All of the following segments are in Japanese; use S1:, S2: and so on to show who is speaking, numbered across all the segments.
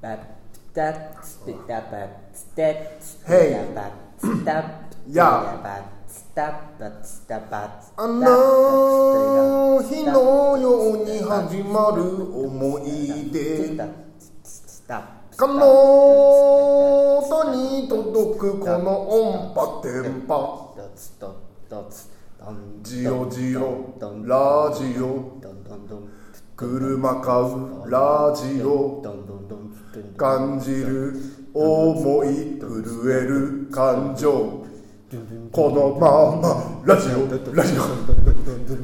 S1: バッタッツピタバッツテッツピタ
S2: Hey.
S1: バッツタッピタ
S2: Yeah.
S1: バッツタッバッツタバッツタ
S2: あ
S1: ッ
S2: の日のように始まる思い出この音に届くこの音波電波
S1: ドツドドツドン
S2: ジオジオ
S1: ドン
S2: ラジオ
S1: ドンドンドン
S2: 車買うラジオ
S1: ドンドンドンドン
S2: 感じる思い震える感情このままラジオラジオ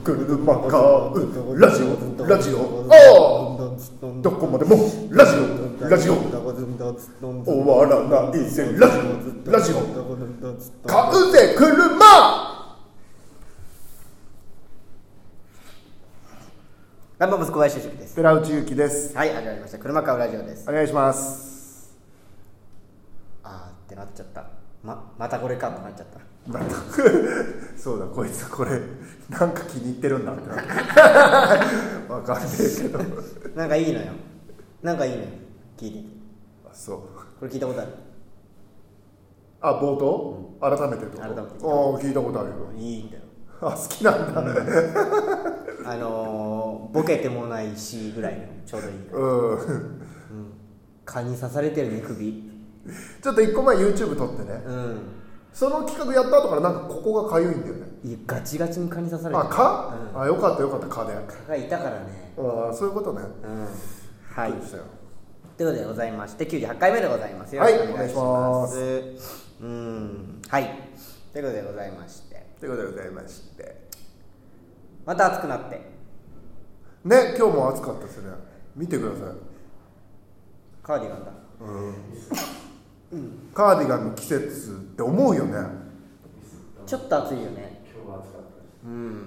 S2: 車買うラジオラジオああどこまでもラジオラジオ終わらないぜラジオラジオ買うぜ車
S1: ナンバーブス小林俊樹です
S2: 寺内ゆきです
S1: はい始まりました車買うラジオです
S2: お願いします
S1: あーってなっちゃったままたこれかってなっちゃった
S2: また そうだこいつこれなんか気に入ってるんだってなわかんねえけど
S1: なんかいいのよなんかいいのよ聞いて
S2: あそう
S1: これ聞いたことある
S2: あ冒頭、改めてってこと
S1: 改めて
S2: ああ聞いたことあるよ
S1: いいんだよ
S2: あ好きなんだね
S1: あのー、ボケてもないしぐらいのちょうどいい
S2: うん
S1: 蚊に刺されてるね首
S2: ちょっと一個前 YouTube 撮ってね
S1: うん
S2: その企画やった後からなんかここがかゆいんだよね
S1: いやガチガチに蚊に刺されて
S2: あ
S1: る
S2: か、あよかったよかったかであ
S1: 蚊がいたからね
S2: あそういうこと
S1: う
S2: ね
S1: んはい
S2: そうでしたよ
S1: ということでございまして98回目でございますよ
S2: はい
S1: ろしくお願いします,、
S2: お
S1: うんはいということでございまして
S2: ということでございまして
S1: また暑くなって
S2: ね今日も暑かったですよね見てください
S1: カーディガンだ
S2: カーディガンの季節って思うよね、
S1: ちょっと暑いよね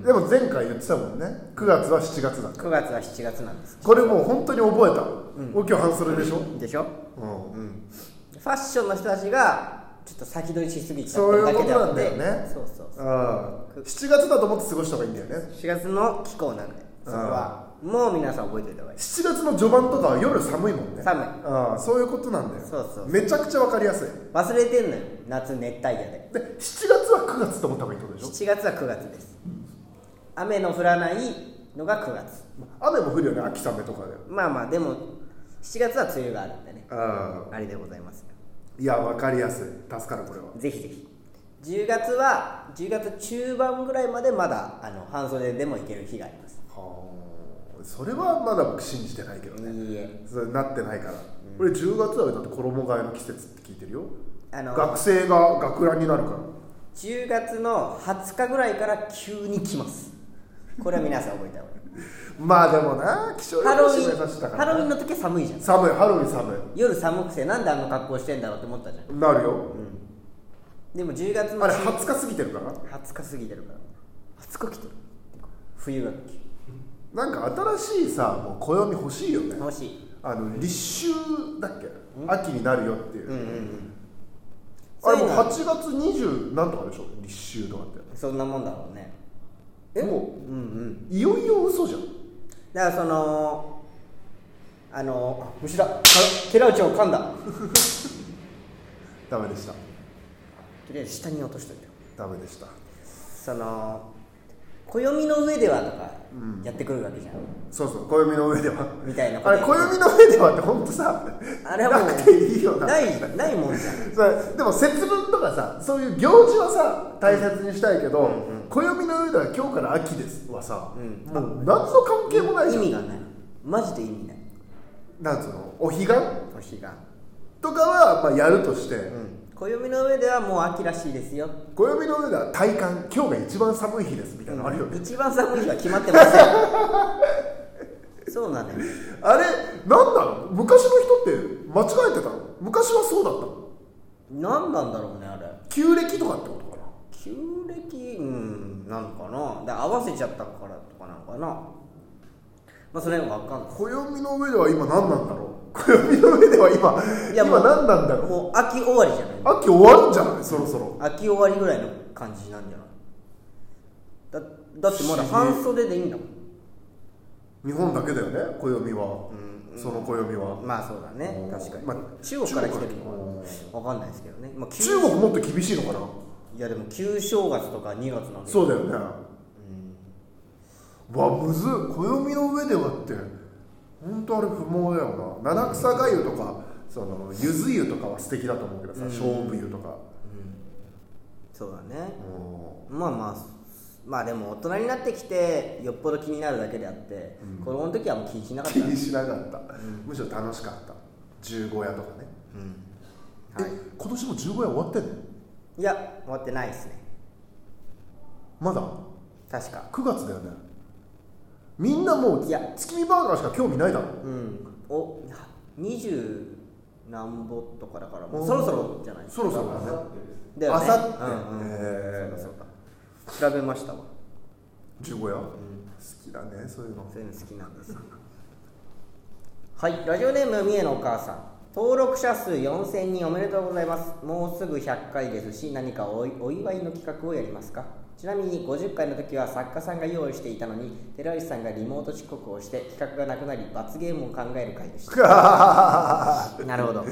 S2: でも前回言ってたもんね9月は7月だ
S1: 9月は7月なんです
S2: これもう本当に覚えた、もう今日半袖でしょ、
S1: でしょ
S2: うん
S1: ファッションの人たちがちょっと先取りしすぎちゃっ
S2: そう
S1: て
S2: い
S1: る
S2: う
S1: だ
S2: こ
S1: けであ
S2: とな
S1: っ
S2: ん
S1: て
S2: だよね
S1: そうそうそう
S2: ああ7月だと思って過ごした方がいいんだよね
S1: 4月の気候なんでそれはもう皆さん覚えておいた方がいい
S2: 7月の序盤とかは夜寒いもんね
S1: 寒い
S2: ああそういうことなんだよ
S1: そうそう
S2: めちゃくちゃ分かりやすい
S1: 忘れてんのよ夏熱帯夜で
S2: で7月は9月と思った方がいいってことでし
S1: 7
S2: ょ
S1: 月は9月です雨の降らないのが9月
S2: 雨も降るよね秋雨とかで
S1: まあまあでも7月は梅雨があるんでね
S2: ああ
S1: あれでございます
S2: いや分かりやすい助かるこれは
S1: ぜひぜひ10月は10月中盤ぐらいまでまだあの半袖でも行ける日があります
S2: はあそれはまだ僕信じてないけどね
S1: いいえ
S2: それなってないから、俺10月はだって衣替えの季節って聞いてるよ
S1: あの
S2: 学生が学ランになるから
S1: 10月の20日ぐらいから急に来ますこれは皆さん覚えた方がいい
S2: まあでもな気象予
S1: ハロ
S2: 報
S1: ウ
S2: 士
S1: ィ
S2: 目
S1: ン
S2: 指してたか
S1: ハロウィ
S2: ら
S1: ンの時は寒いじゃん
S2: 寒いハロウィン寒
S1: 夜寒くてなんであの格好してんだろうって思ったじゃん
S2: いなるよ、
S1: でも10月の
S2: あれ20日過ぎてるから
S1: 20日過ぎてるから20日来てる冬が来て
S2: なんか新しいさもう暦欲しいよね
S1: る楽しい
S2: あの立秋だっけ秋になるよっていう、
S1: うんうんうん
S2: あれもう
S1: そういうの
S2: 8月20何とかでしょ立秋とかって
S1: そんなもんだろうねえ
S2: も
S1: うんうん
S2: ういよいよ嘘じゃん
S1: だからそのあの虫だか寺内を噛んだ
S2: ダメでした
S1: とりあえず下に落としといてよ
S2: ダメでした
S1: その暦の上ではとかやってくるわけじゃん、
S2: そうそう暦の上では
S1: みたいなこと
S2: あれ暦の上ではって本当さ
S1: あれはもう
S2: なくていいよな
S1: ないないもんじゃん
S2: そうでも節分とかさそういう行事はさ大切にしたいけど、暦の上では今日から秋ですはさ、
S1: ん
S2: もう何の関係もないじ
S1: 意
S2: ゃん
S1: 味がないマジで意味ない
S2: なんつうのお彼岸
S1: お彼岸
S2: とかは、まあ、やるとして、
S1: うん暦の上ではもう秋らしいですよ
S2: 暦の上では体感今日が一番寒い日ですみたいなのあるよね、
S1: 一番寒い日は決まってません そうなのよ
S2: あれなんなの昔の人って間違えてたの昔はそうだったの
S1: 何なんだろうねあれ
S2: 旧暦とかってことかな
S1: 旧暦うんなのかなで合わせちゃったからとかなのかなまあそれは分かんない
S2: 暦の上では今何なんだろう暦の上では今今何なんだろう
S1: もう秋終わりじゃない
S2: 秋終わるんじゃないそろそろ
S1: 秋終わりぐらいの感じなんじゃないだだってまだ半袖でいいんだもん
S2: 日本だけだよね暦は
S1: うん
S2: その暦は、
S1: まあそうだね
S2: うん
S1: 確かに、
S2: まあ
S1: 中国から来てる
S2: 中国
S1: のかわかんないですけどね、まあ、旧
S2: 中国もっと厳しいのかない
S1: やでも旧正月とか2月なんで
S2: そうだよね、わむずっ暦の上ではって本当あれ不毛だよな七草がゆとかそのゆず湯とかは素敵だと思うけどさ
S1: うん
S2: 勝負湯とか、
S1: そうだね
S2: うん
S1: まあまあまあでも大人になってきてよっぽど気になるだけであって、子供の時はもう気にしなかっ
S2: 気
S1: た、うん
S2: にしなかった、むしろ楽しかった十五夜とかね、
S1: は
S2: え今年も十五夜終わってんの
S1: い、いや終わってないですね
S2: まだ
S1: 確か
S2: 9月だよねみんなもう
S1: いや
S2: 月見バーガーしか興味ないだろ
S1: うんお二十何ぼとかだからも
S2: お
S1: う
S2: ー
S1: そろそろじゃない
S2: そろそろだね
S1: だよ
S2: あ
S1: ね
S2: さって
S1: うんうん
S2: へ
S1: そうだ
S2: ー
S1: そうだ調べましたわ
S2: 十五夜、好きだねそういう の
S1: そういうの好きなんですよはいラジオネーム三重のお母さん登録者数4000人おめでとうございますもうすぐ100回ですし何かおお祝いの企画をやりますかちなみに50回の時は作家さんが用意していたのに寺内さんがリモート遅刻をして企画がなくなり罰ゲームを考える回でした なるほど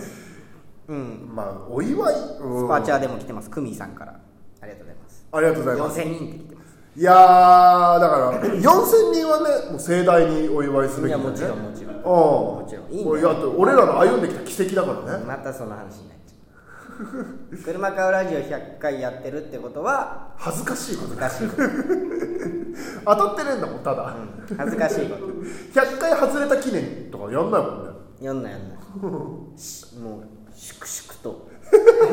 S1: うん
S2: まあお祝いうん
S1: スパチャーでも来てますクミさんからありがとうございます
S2: ありがとうございます
S1: 4000人って来てます
S2: いやーだから4000人はねもう盛大にお祝いすべ
S1: い
S2: き
S1: や
S2: だね
S1: もちろんもちろん
S2: うん
S1: もちろんいいね
S2: これだって俺らの歩んできた奇跡だからね
S1: またその話になっちゃう車買うラジオ100回やってるってことは
S2: 恥ずかしいことだ
S1: 恥ずかしい、
S2: 当たってねえんだもんただ、
S1: うん恥ずかしいこと
S2: 100回外れた記念とかやんないもんね
S1: やんないやんないしもう粛々と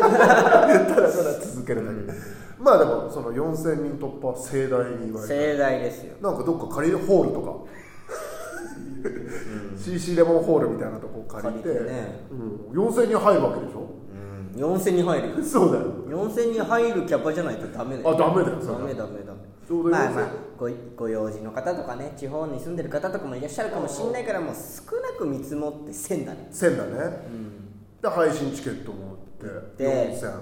S2: ただただ続けるだけ、まあでもその4000人突破盛大に祝い
S1: 盛大ですよ
S2: なんかどっか借りるホールとか、CC レモンホールみたいなとこ借りて
S1: 借りてね
S2: うん、4000人入るわけでしょ
S1: うん4000人入るよ
S2: そうだよ
S1: 4000人入るキャパじゃないとダメだよ
S2: あダメだよそ
S1: ダ
S2: れ
S1: メダメダメ
S2: ちょうど4000
S1: まあまあごご用事の方とかね地方に住んでる方とかもいらっしゃるかもしれないからもう少なく見積もって1000だね
S2: 1000だね、で配信チケットも売って
S1: で
S2: 4000、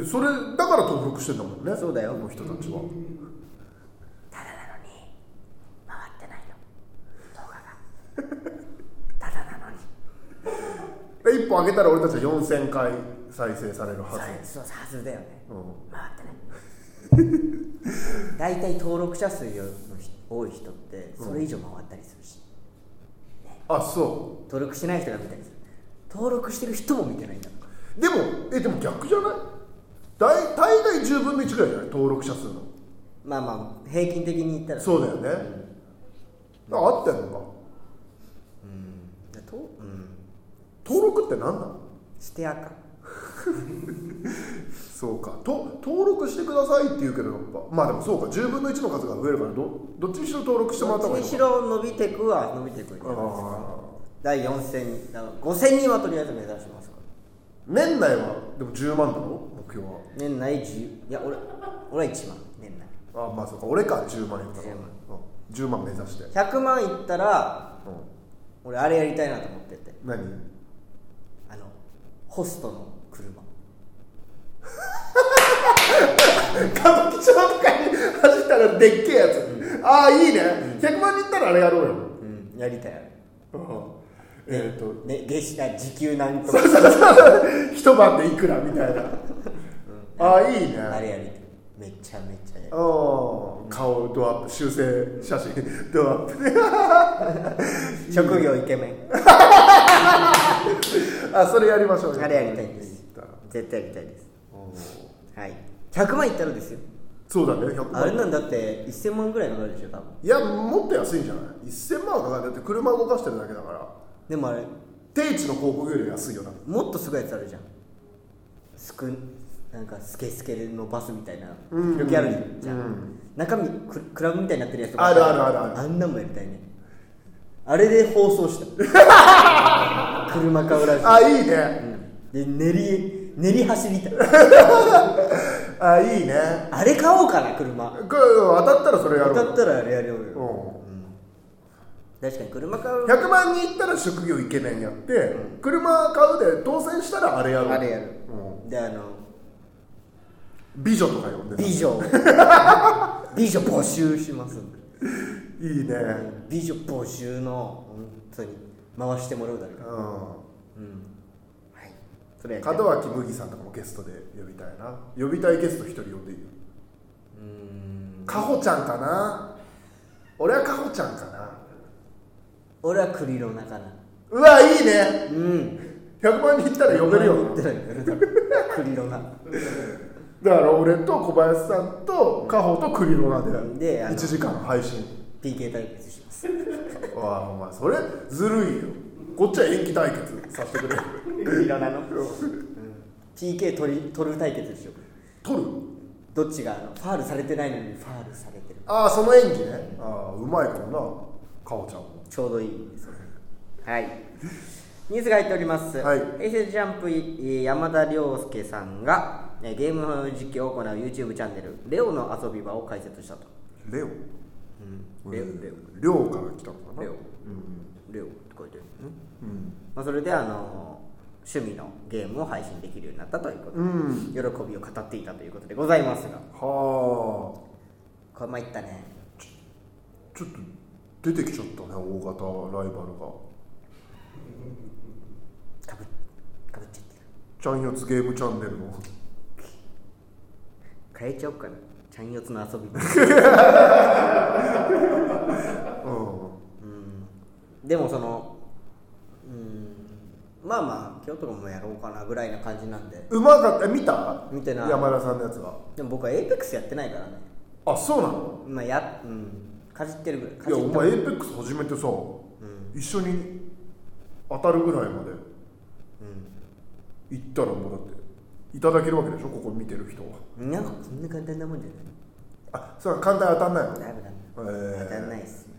S2: でそれだから登録してんだもんね
S1: そうだよ
S2: この人たちは
S1: 回ってないよ動画が ただなのに
S2: で一歩上げたら俺たちは4000回再生されるはず、
S1: そうそうはずだよね
S2: うん
S1: 回ってない大体登録者数よの人多い人ってそれ以上回ったりするし、
S2: あそ
S1: 登録してない人が見たりする登録してる人も見てないんだから
S2: うでもえでも逆じゃない大大概10分の1ぐらいじゃない登録者数の
S1: まあまあ平均的に言ったら
S2: そうだよね、あ合ってんのか
S1: だと、うん、
S2: 登録って何なの
S1: してやか
S2: そうかと登録してくださいって言うけどやっぱまあでもそうか10分の1の数が増えるからどどっちにしろ登録してもらった方
S1: ど
S2: が
S1: っ
S2: い
S1: ち
S2: い
S1: に
S2: の
S1: し
S2: か
S1: ろ伸びてくは伸びてくるじゃないですか
S2: あ
S1: 第4000人だから5000人はとりあえず目指しますから
S2: ー年内はでも10万だろ目標は
S1: 年内10いや俺俺は1万年内
S2: あまあそうか俺か10万いった
S1: 10
S2: ら
S1: 万
S2: うん、10万目指して、うん、
S1: 100万いったら俺あれやりたいなと思ってて
S2: 何
S1: あのホストの車
S2: 歌舞伎町とかに走ったらでっけえやつ、ああいいね、100万人いったらあれやろうよ、
S1: うんやりたいあれ
S2: うんえっ、と
S1: ね、月下時給なんとか
S2: 一晩でいくらみたいな、ああいいね
S1: あれやりたいめちゃめちゃやりたい
S2: うん顔ドアップ修正写真ドアップね
S1: 職業イケメン
S2: あそれやりましょうよ
S1: あれやりたいんです絶対やりたいですはい100万いったらですよ
S2: そうだね100
S1: あれ
S2: 万
S1: なんだって1000万ぐらいかかるでしょ多分
S2: いやもっと安いんじゃない1000万はかかるだって車動かしてるだけだから
S1: でもあれ
S2: 定地の広告より安いよな
S1: もっとすごいやつあるじゃんすくなんかスケスケのバスみたいな
S2: うん
S1: 時々あるじゃん、
S2: うん
S1: 中身ククラブみたいになってるやつと
S2: あるあるあるある
S1: んなんもやりたいねあれで放送した 車買うらしい
S2: あいいね
S1: で練り練り走りたい
S2: あいいね
S1: あれ買おうかな車
S2: これ当たったらそれやろう
S1: だったらあれやりよう
S2: う
S1: よ
S2: ん
S1: 確かに車買う
S2: 100万人いったら職業イケメンやって、車買うで当選したらあれやろう
S1: あれやる
S2: うん
S1: であ の
S2: 美女とか呼んでさ
S1: 美女美女募集しますんで
S2: いいね
S1: 美女募集の本当に回してもらうだろうから
S2: う
S1: うんはいそれや
S2: ん
S1: りたい
S2: 門脇麦さんとかもゲストで呼びたいな呼びたいゲスト一人呼んでいいよ
S1: うーん
S2: かほちゃんかな俺はかほちゃんかな
S1: 俺はクリロナかな
S2: うわいいね
S1: うん
S2: 100万人いったら呼べるよな
S1: ってないクリロナ
S2: だから俺と小林さんとカホとクリロナで
S1: であの
S2: 1時間配信
S1: PK 対決します
S2: わあお前それずるいよこっちは延期対決させてくれ
S1: クリロナの PK 取り取る対決でしょ
S2: 取る
S1: どっちがあのファールされてないのにファールされてる
S2: ああその演技ねああうまいからなカホちゃんも
S1: ちょうどいいですねはいニュースが入っております、
S2: はい
S1: 平成ジャンプえー山田涼介さんがえーゲーム実況を行う YouTube チャンネル「レオの遊び場」を開設したと、
S2: レオ
S1: うん、レオレオ
S2: レオから来たのかな
S1: レオ
S2: うん
S1: レオって書いてある、
S2: うん
S1: まあ、それであの趣味のゲームを配信できるようになったということで、
S2: うん
S1: 喜びを語っていたということでございますが
S2: はあ
S1: これ参ったね
S2: ちょっと出てきちゃったね大型ライバルが
S1: かぶかぶっちゃってる
S2: ちゃんよつゲームチャンネルの
S1: 変えちゃおうかなちゃんよつの遊び場
S2: う
S1: でもそのうんまあまあ今日とかもやろうかなぐらいな感じなんで
S2: んうまかったえ見た
S1: 見てない
S2: 山田さんのやつは
S1: でも僕は APEX やってないからね
S2: あそうなの
S1: まあやうんかじってるぐらいか
S2: いや
S1: じ
S2: お
S1: って
S2: 前エイペックス始めてさ、一緒に当たるぐらいまで行ったらもうだっていただけるわけでしょここ見てる人は
S1: うんなんかそんな簡単なもんじゃない
S2: あそれは簡単に当たんないの
S1: だいぶだ
S2: えー
S1: 当たんないっすね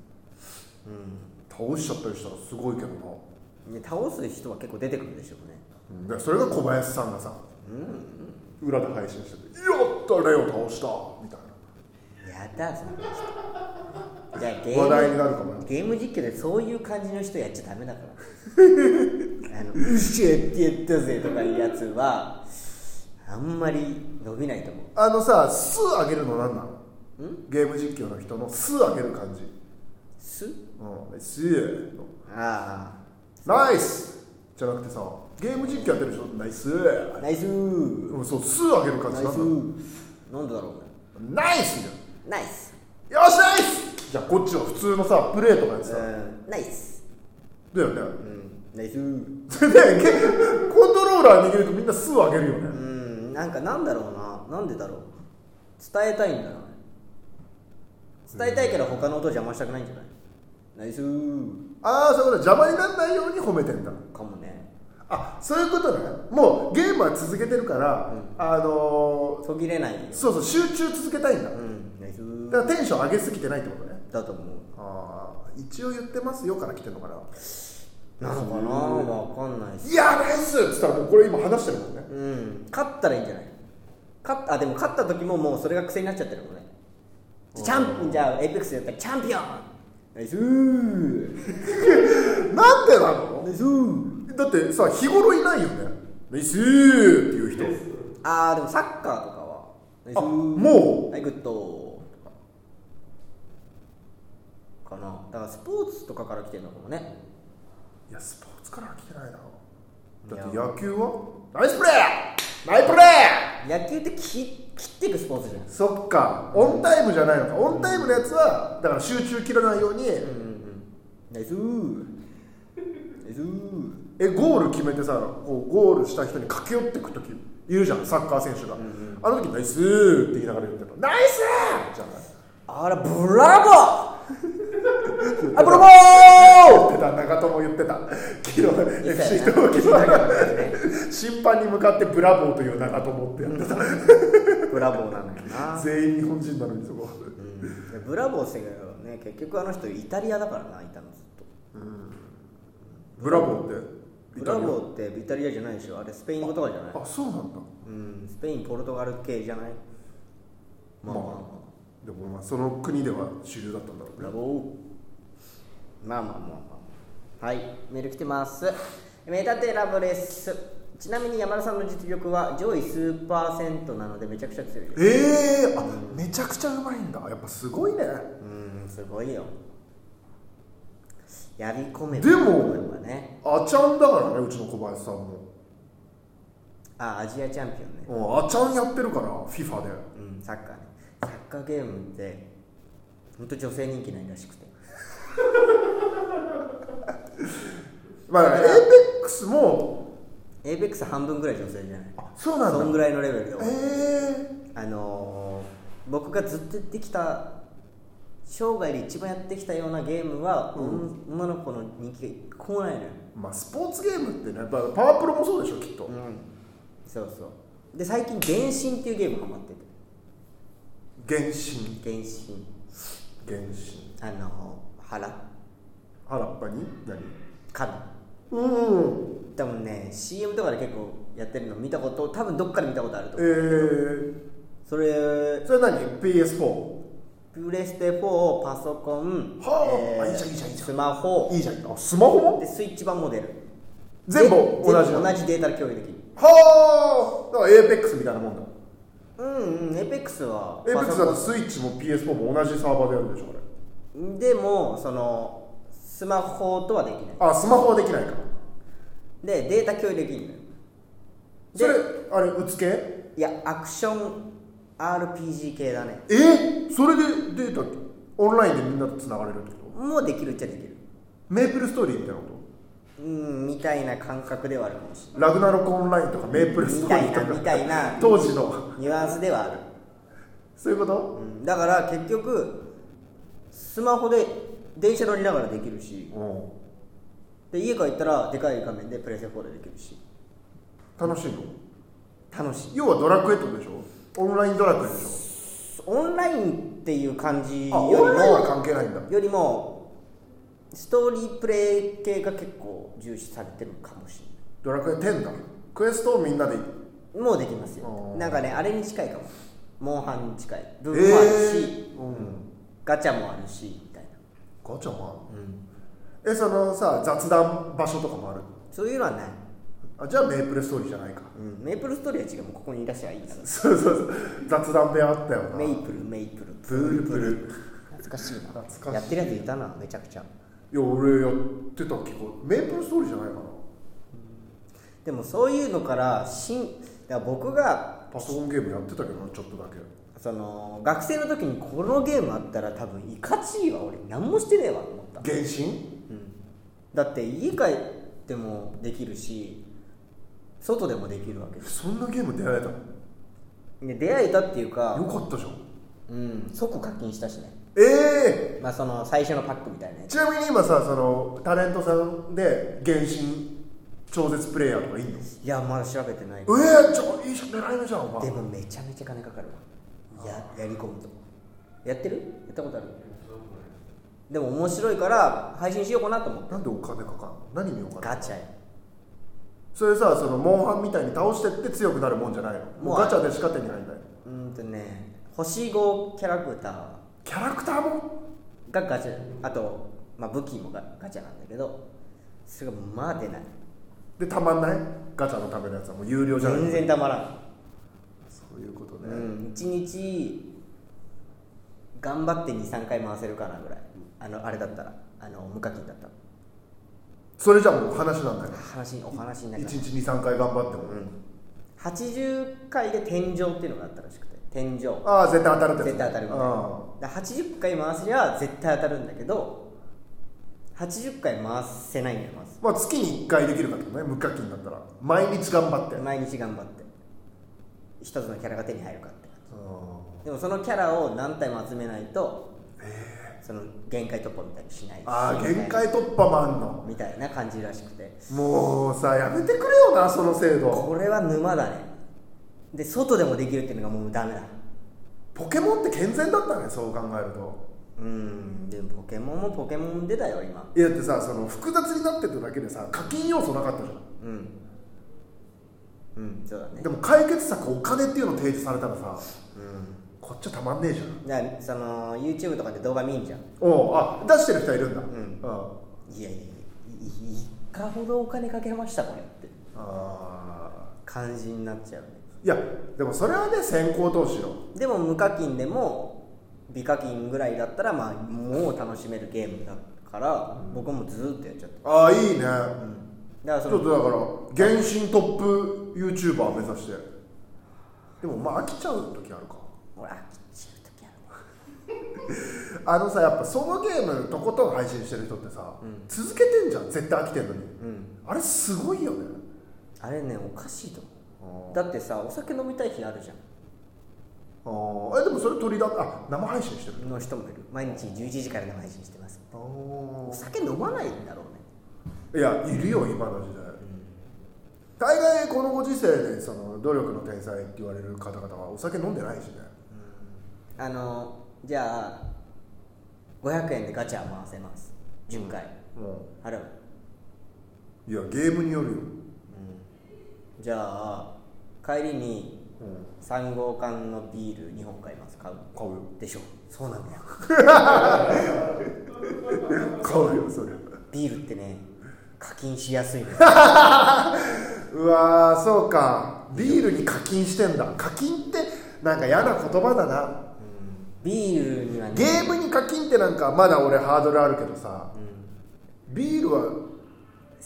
S2: 倒しちゃったりしたらすごいけどな
S1: で倒す人は結構出てくるでしょうね
S2: うん、でそれが小林さんがさ、裏で配信してて「やったレオ倒した」みたい
S1: やったーそんな人じゃあゲ
S2: な話題
S1: ー
S2: に
S1: ム
S2: なるかもよ
S1: ゲーム実況でそういう感じの人やっちゃダメだから あの「うっしゃやってやったぜ」とかいうやつはあんまり伸びないと思う
S2: あのさ「す」上げるの何なのゲーム実況の人の「す」上げる感じ
S1: す
S2: 「うん、す」の
S1: あ
S2: ナイスじゃなくてさゲーム実況やってる人ナイス
S1: あナイスー
S2: うんそう数上げる感じ
S1: ナイ
S2: な
S1: ス
S2: んだ
S1: ーなんでだろうね
S2: ナイスじ
S1: ナイス
S2: ゃんよしナイスじゃあこっちは普通のさプレーとかやってさ、
S1: うんナイス
S2: だよね
S1: うんナイスー
S2: それでゲコントローラー握るとみんな数上げるよ
S1: う
S2: ね、
S1: んなんかなんだろうななんでだろう伝えたいんだな伝えたいけど他の音邪魔したくないんじゃないナイスー
S2: ああそういうこと邪魔にならないように褒めてんだ
S1: かもね
S2: あそういうことねもうゲームは続けてるから、あの
S1: 途切れないよ
S2: ー、そうそう集中続けたいんだ、
S1: うんナイスー
S2: だからテンション上げすぎてないってことね
S1: だと思
S2: ああ一応言ってますよから来てんのかな
S1: うなのかなわかんないし
S2: いやナイスっつったらもうこれ今話してるもんね
S1: うん勝ったらいいんじゃない勝っあでも勝った時ももうそれが癖になっちゃってるもんねじゃあチャンじゃあエイペックスやったらチャンピオンナイスー
S2: なんでなの
S1: ナイスー
S2: だってさ日頃いないよねナイスーっていう
S1: あーでもサッカーとかはナイス
S2: 人あ
S1: ー
S2: も
S1: はいグッドかなだからスポーツとかから来てるのかもね
S2: ういやスポーツからは来てないなだっ
S1: い
S2: て
S1: や
S2: 野球はナイスプレーナイスプレー
S1: 野球ってき切っていくスポーツじゃん
S2: そっかオンタイムじゃないのかオンタイムのやつはだから集中切らないように
S1: うんうんナイスーナイスー
S2: えゴール決めてさこうゴールした人に駆け寄ってく時いるじゃんサッカー選手があの時ナイスーって言いながら言ってるのナイスーじゃない
S1: あらブラ ボーあブラボ
S2: 言ってた長友言ってた昨日
S1: 言っ
S2: FC
S1: てたよ
S2: 東京
S1: ね
S2: の審判に向かってブラボーという長友ってやってた
S1: ーブラボーなのよな、
S2: 全員日本人なのにそこ
S1: うんでブラボーしてはね結局あの人イタリアだからないたのずっと
S2: ブラボーって
S1: ブラボーってイタリアじゃないでしょあれスペイン語とかじゃない
S2: あそうなんだ
S1: うんスペインポルトガル系じゃないまあまあまあ
S2: でもまあその国では主流だったんだろう
S1: ブラ
S2: ね
S1: ボーまあまあまあまあはいメール来てますメタテラブレスちなみに山田さんの実力は上位数パーセントなのでめちゃくちゃ強いです
S2: ええー、あめちゃくちゃうまいんだやっぱすごいね
S1: うんすごいよやり込める
S2: でも
S1: ところがね
S2: あちゃんだからねうちの小林さんも、
S1: あアジアチャンピオンね
S2: うん、あちゃんやってるから FIFA で
S1: うん、サッカーねサッカーゲームって本当女性人気ないらしくて
S2: まあだから APEX も
S1: ABEX 半分ぐらい女性じゃない
S2: そう
S1: そんぐらいのレベルで、
S2: え
S1: あのー僕がずっとやってきた生涯で一番やってきたようなゲームは、
S2: うん
S1: 女の子の人気が来ないのよ、
S2: ーまあスポーツゲームってねやっぱパワープロもそうでしょきっと、
S1: うん、そうそうで最近「原神」っていうゲームハマってて
S2: 原神
S1: 原神
S2: 原神
S1: あのー腹
S2: 原っぱに何
S1: から
S2: うん
S1: 多分ね CM とかで結構やってるの見たこと多分どっかで見たことあると
S2: え
S1: 思う
S2: ー、
S1: それ
S2: それ何 ?PS4
S1: プレステ4、パソコン、
S2: はああいいじゃんいいじゃんいいじゃん
S1: スマホ
S2: いいじゃんあスマホも
S1: で、スイッチ版も出る。
S2: 全部
S1: で
S2: 同じなの
S1: 全部同じデータで共有できる。
S2: はあだから APEX みたいなもんだ
S1: うんうん、エペックスは、パ
S2: APEX
S1: ソコ
S2: だとスイッチも PS4 も同じサーバーでやるんでしょあ
S1: ンでも、その、スマホとはできない。
S2: れあスマホはできないか
S1: で、データ共有できるのよ。
S2: それ
S1: で、
S2: あれうつけ
S1: いや、アクション RPG 系だね。
S2: えそれでデータオンラインでみんなとつながれるってこ
S1: もうできるっちゃできる。
S2: とメープルストーリーみたいなこ
S1: うん、みたいな感覚ではあるかもしれ
S2: とラグナロクオンラインとかメープルストーリーと
S1: み
S2: か
S1: たいなみたいな
S2: 当時の
S1: ない。ニュアンスではある。
S2: そういうこと
S1: うん、だから、結局、スマホで電車乗りながらできるし、
S2: う
S1: で家帰ったらでかい画面でプレイステ4でできるし
S2: ん楽しいの
S1: 楽しい
S2: 要はドラクエってことでしょオンラインドラクエでしょ
S1: オンラインっていう感じ
S2: あ
S1: より
S2: オンラインは
S1: も
S2: 関係ないんだ
S1: よりもストーリープレイ系が結構重視されてるかもし
S2: ドラクエ10だクエストをみんなで
S1: れないもうできますよ
S2: あー
S1: なんかねあれに近いかもモンハンに近い
S2: え
S1: 部分もあるし、
S2: ーうん、
S1: ガチャもあるしみたいな、
S2: ガチャも
S1: うん、
S2: あるえそのさ雑談場所とかもある
S1: そういうのはない、
S2: あじゃあメープルストーリーじゃないか
S1: うん、メープルストーリーは違うもうここにいらっしゃいいんだか
S2: そうそうそう雑談部屋あったよ
S1: ら
S2: な
S1: メイプルメイプル
S2: プルプル
S1: 懐かしいな
S2: 懐かしい
S1: やってるやついたなめちゃくちゃ
S2: いや俺やってた気がメープルストーリーじゃないかな
S1: でもそういうのからしんだから僕が
S2: パソコンゲームやってたけどなちょっとだけ
S1: その学生の時にこのゲームあったら多分いかちいわ俺何もしてねえわと思った、
S2: 原神
S1: うん、だって家帰ってもできるし外でもできるわけです
S2: そんなゲーム出会えたの
S1: で出会えたっていうか、
S2: よかったじゃん
S1: うん、即課金したしね
S2: え
S1: まあその最初のパックみたいなや
S2: ー、
S1: つ
S2: ちなみに今さそのタレントさんで原神超絶プレイヤーとかいんの
S1: いやまだ調べてない
S2: ええちょいいじゃん狙い目じゃんお
S1: で
S2: 前
S1: もめちゃめちゃ金かかるわややり込むとやってるやったことあるでも面白いから配信しようかなと思って
S2: なんでお金かかんの何見ようかな
S1: ガチャや
S2: それさそのモンハンみたいに倒してって強くなるもんじゃないのも
S1: もう
S2: うガチャでしか手に入んないう
S1: ーんとね星5キャラクター
S2: キャラクターも
S1: がガチャあと、まあ、武器もガガチャなんだけどそれがまあ出ない
S2: でたまんないガチャのためのやつはもう有料じゃない
S1: 全然たまらん、
S2: そういうこと
S1: う
S2: ね、
S1: ん、1日頑張って23回回せるかなぐらいあのあれだったらあの無課金だったら
S2: それじゃもう話なんだよ
S1: 話お話にな
S2: 1
S1: り
S2: 日
S1: ます
S2: 23回頑張っても、
S1: 80回で天井っていうのがあったらしくて天井
S2: ああ絶対当たるって
S1: 絶対当たるみたい
S2: あ
S1: だから80回回すりゃ絶対当たるんだけど80回回せないんだよまず
S2: あまあ月に1回できるかとね無課金だったら毎日頑張って、
S1: 毎日頑張って一つのキャラが手に入るかって
S2: うん
S1: でもそのキャラを何体も集めないと、その限界突破みたいにしないし
S2: ああ
S1: みたいな
S2: 限界突破もあんの
S1: みたいな感じらしくて
S2: もうさやめてくれよなその制度
S1: これは沼だねで外でもできるっていうのがもうダメだ
S2: ポケモンって健全だったねそう考えると
S1: うんでポケモンもポケモンでだよ今
S2: いやだってさその複雑になってただけでさ課金要素なかったじゃ
S1: うんうんそうだね
S2: んでも解決策お金っていうの提示されたらさ
S1: うん
S2: こっちはたまんねえじゃん
S1: だからその YouTube とかで動画見んじゃん
S2: おうあ出してる人いるんだうんあ
S1: いやいやいいいいかほどお金かけましたこれって
S2: あ
S1: 感じになっちゃうね
S2: いやでもそれはね先行投資よ
S1: でも無課金でも美課金ぐらいだったらまあもう楽しめるゲームだかから、僕もずーっとやっちゃった
S2: ああいいね、
S1: だから
S2: ち
S1: そ
S2: ょっ
S1: の
S2: とだから原神トップ YouTuber 目指してでもまあ飽きちゃう時あるか
S1: 俺飽きちゃう時ある
S2: あのさやっぱそのゲームとことん配信してる人ってさ、続けてんじゃん絶対飽きてんのに、あれすごいよね
S1: あれねおかしいと思うだってさお酒飲みたい日あるじゃん
S2: あーえでもそれ取りだあ生配信してる
S1: の人もいる毎日11時から生配信してます
S2: あ
S1: お酒飲まないんだろうね
S2: ーいやいるよ今の時代、大概このご時世でその努力の天才って言われる方々はお酒飲んでないしね
S1: あのじゃあ500円でガチャ回せます10回
S2: も
S1: 払う
S2: ういやゲームによるよ、
S1: じゃあ帰りに
S2: うん、
S1: 3号缶のビール2本買います買う
S2: 買うよ
S1: でしょそうなんだよ
S2: 買うよそれ
S1: ビールってね課金しやすいの
S2: うわーそうかビールに課金してんだ課金ってなんか嫌な言葉だな
S1: ビールにはね
S2: ゲームに課金ってなんかまだ俺ハードルあるけどさ、ビールは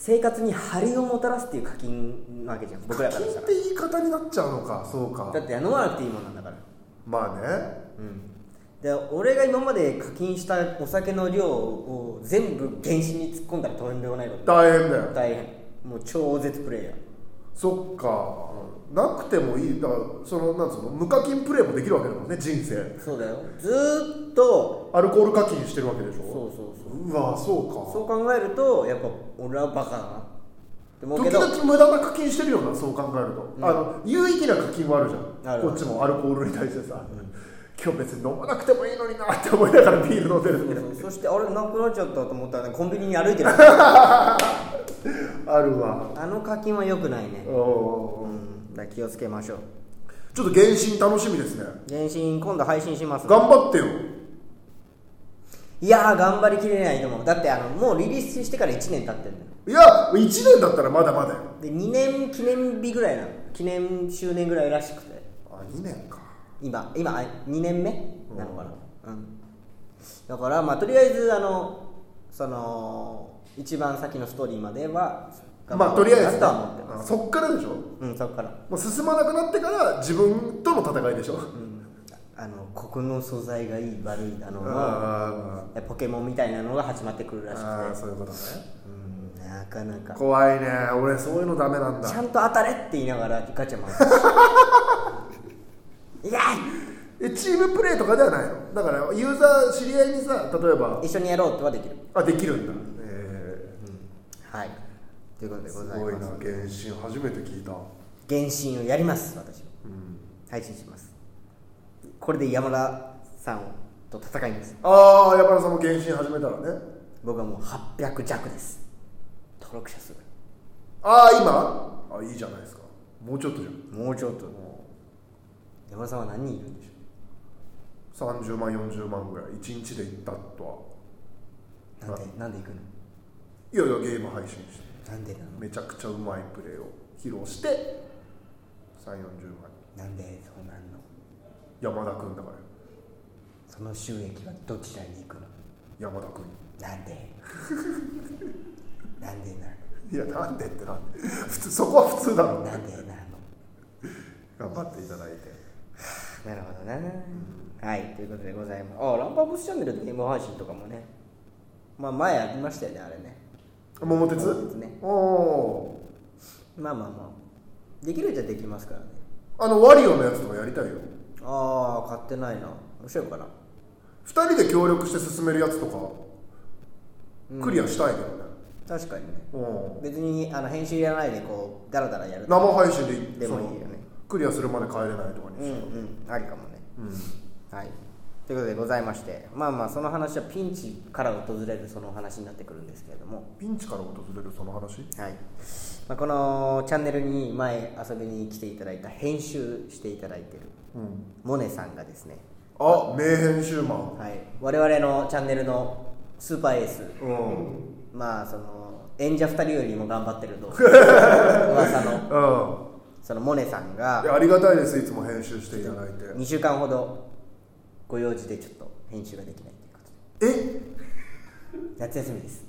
S1: 生活に張りをもたらすっていう課金なわけじゃん僕ら
S2: 課
S1: からし
S2: 金
S1: た
S2: っ
S1: ら
S2: て言い方になっちゃうのかそうか
S1: だって飲まなくていいもんなんだから
S2: まあね
S1: うんで俺が今まで課金したお酒の量を全部原神に突っ込んだらとんでもないこと
S2: 大変だよ
S1: 大変もう超大絶プレイヤー
S2: そっかなくてもいいだからそのなんつうの無課金プレイもできるわけだもんね人生
S1: そうだよずーっと
S2: アルコール課金してるわけでしょ
S1: そうそうそう
S2: うわそう
S1: そう考えるとやっぱ俺はバカだなって思う
S2: か
S1: け
S2: 時
S1: ど
S2: 々無駄な課金してるよなそう考えると、
S1: うん
S2: あの有意義な課金もあるじゃ
S1: あ
S2: ん
S1: る
S2: こっちもアルコールに対してさ、今日別に飲まなくてもいいのになって思いながらビール飲んでる
S1: そう
S2: みたい
S1: そうそしてあれなくなっちゃったと思ったら、ね、コンビニに歩いてる
S2: なあるわ
S1: あの課金は良くないね
S2: おーおーおー
S1: うんだから気をつけましょう
S2: ちょっと原神楽しみですね
S1: 原神今度配信します
S2: 頑張ってよ
S1: いやー頑張りきれないと思うだってあのもうリリースしてから1年経ってるんだよ
S2: いや1年だったらまだまだよ
S1: で2年記念日ぐらいなの記念周年ぐらいらしくて
S2: あ2年か
S1: 今今あ2年目なのかな、うん、だからまあとりあえずあのその一番先のストーリーまでは
S2: まあとりあえ
S1: 頑張ろうかな
S2: ず
S1: とは思ってます
S2: そっからでしょ
S1: うんそっから
S2: もう進まなくなってから自分との戦いでしょ、
S1: あのここの素材がいい悪いだのが
S2: あ
S1: ポケモンみたいなのが始まってくるら
S2: ー
S1: し
S2: あー
S1: くて
S2: そういうことね
S1: うんなかなか
S2: 怖いね俺そういうのダメなん
S1: ちゃ
S2: だ
S1: んと当たれって言いながらガチャ 回すいや
S2: えチームプレーとかではないのだからユーザー知り合いにさ例えば
S1: 一緒にやろうとはできる
S2: あできるんだえ
S1: はいということで
S2: ー、
S1: ご
S2: す
S1: ざいま
S2: ごい
S1: す
S2: な原神初めて聞いた
S1: 原神をやります私も配信しますこれで山田さんと戦います
S2: ああ山田さんも原神始めたらね
S1: 僕はもう800弱です登録者数
S2: ああ今あいいじゃないですかもうちょっとじ
S1: もうちょっと
S2: ゃんも
S1: 山田さんは何人いるんでしょ
S2: う30万40万ぐらい1日で行ったと
S1: う
S2: は
S1: なんでなんで行くの
S2: いやいやゲーム配信して
S1: なんでなの
S2: めちゃくちゃうまいプレーを披露して3 4 0万
S1: なんでそうなんの
S2: 山田君だからよ
S1: その収益はどちらに行くの
S2: 山田君
S1: なんでなんでない
S2: やなんでってなんで普通そこは普通だろ
S1: のなんでなの
S2: 頑張っていただいて
S1: なるほどな、はいということでございますあランパーブスチャンネルでゲーム配信とかもねまあ前ありましたよねあれね
S2: 桃鉄
S1: 桃鉄ね
S2: おお
S1: まあまあまあできるじゃできますからね
S2: ーあのワリオのやつとかやりたいよ
S1: ああ買ってないな面白いかな
S2: 2人で協力して進めるやつとかクリアしたいけどね、
S1: 確かにね
S2: うん
S1: 別にあの編集やらないでこうダラダラやる
S2: 生配信で
S1: でも
S2: そ
S1: いい
S2: の
S1: よね
S2: クリアするまで帰れないとか
S1: う
S2: に
S1: ん
S2: し
S1: う
S2: よ
S1: んありかもね
S2: う、うん
S1: はいということでございましてまあまあその話はピンチから訪れるそのお話になってくるんですけれども
S2: ピンチから訪れるその話
S1: はいまあ、このチャンネルに前遊びに来ていただいた編集していただいてる
S2: うん
S1: モネさんがですね、
S2: あ名編集マン
S1: はい、我々のチャンネルのスーパーエース
S2: うん
S1: まあその演者2人よりも頑張ってる と噂の
S2: う
S1: そのモネさん
S2: んい
S1: が
S2: や、ありがたいですいつも編集していただいて
S1: 2週間ほどご用事でちょっと編集ができないということで
S2: え
S1: 夏休みです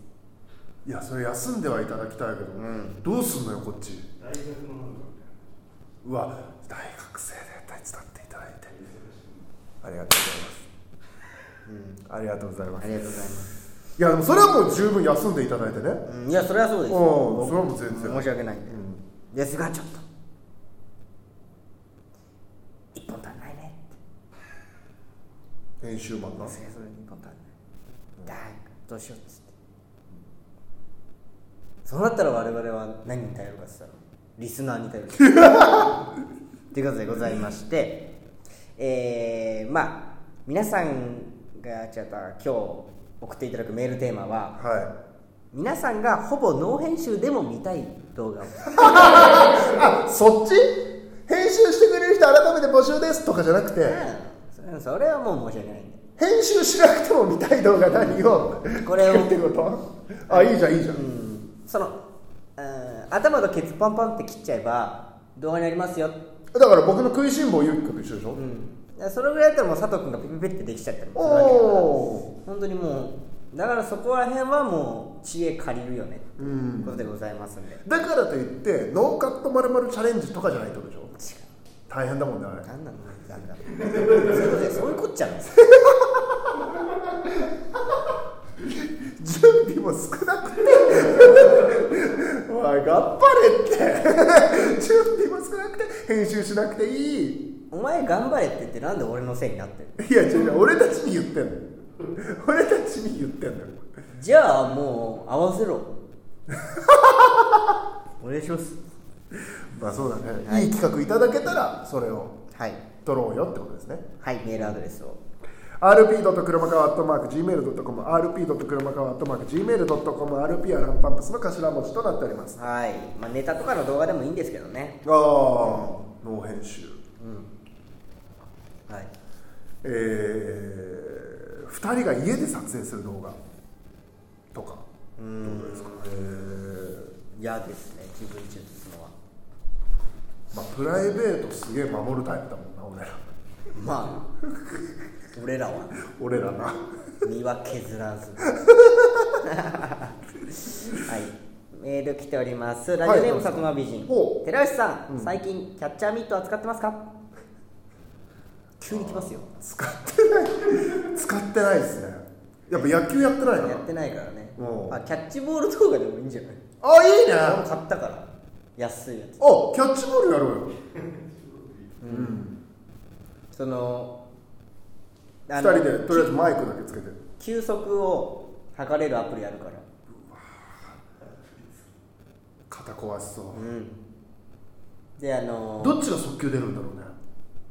S2: いやそれ休んではいただきたいけど、
S1: ん
S2: どうすんのよこっち
S3: 大学のなんか
S2: うわ大学生で手伝っていただいてありがとうございます、うん、ありがとうございま
S1: あ
S2: す
S1: りがとうございます、
S2: いやでもそれはもう十分休んでいただいてねうん
S1: うんいやそれはそうですよ
S2: それはもう全然
S1: 申し訳ないんで、ですがちょっと一本足んないねって
S2: 編集マンな
S1: それそれに一本足んないだーどうしようっつってそうなったら我々は何に頼るかっつったらリスナーに頼るということでございましてえー、まあ皆さんがじゃあ今日送っていただくメールテーマは
S2: はい
S1: 皆さんがほぼノー編集でも見たい動画を
S2: あそっち編集してくれる人改めて募集ですとかじゃなくて
S1: うんそれはもう申し訳ないんで
S2: 編集しなくても見たい動画何を
S1: これを
S2: 作るってことあいいじゃんいいじゃん、
S1: そのうん頭とケツパンパンって切っちゃえば動画になりますよ、
S2: だから僕の食いしん坊ゆうきくんと一緒でしょ、
S1: うん、それぐらいだったらもう佐藤君がピピピってできちゃったりする
S2: お
S1: わけだから
S2: お
S1: 本当にもうだからそこら辺はもう知恵借りるよねっていうことでございますんで、
S2: だからといってノーカットまるまるチャレンジとかじゃないってことでしょ大変だもんねあれ
S1: なんなのなんだそういうことでそういうこっちゃないです
S2: 準備も少なくて おい頑張れって準備も少なくて編集しなくていい
S1: お前頑張れって言ってなんで俺のせいになってる
S2: いや違う違う俺たちに言ってんの俺たちに言ってんの
S1: じゃあもう合わせ ろお願いします
S2: まあそうだね、
S1: はい
S2: い、い企画いただけたらそれを
S1: はい
S2: 撮ろうよってことですね
S1: はいメールアドレスを
S2: rp. 車川 atmarkgmail.com rp. 車川 atmarkgmail.com rp はランパンプスの頭文字となっております
S1: はい、まあ、ネタとかの動画でもいいんですけどね
S2: ああ脳編集
S1: はい
S2: えー、2人が家で撮影する動画とかどうですかえ
S1: 嫌ですね気分中すのは
S2: ーまあプライベートすげえ守るタイプだもんな
S1: まあ俺らは
S2: 俺ら俺らな
S1: 身は削ら ずはいメール来ておりますラジオネーム
S2: はい
S1: 佐久間美人
S2: お
S1: 寺内さん、最近キャッチャーミットは使ってますか急に来ますよ
S2: 使ってない使ってないですねやっぱ野球やってないな
S1: やってないからね
S2: お
S1: あキャッチボール動画でもいいんじゃない
S2: あいい
S1: 俺
S2: ね
S1: も
S2: あ
S1: 買ったから安いやつ
S2: キャッチボールやろうよ
S1: その
S2: 2
S1: あの
S2: 人でとりあえずマイクだけつけて
S1: 球速を測れるアプリあるから
S2: 肩壊しそう、
S1: うんであの
S2: どっちが速球出るんだろうね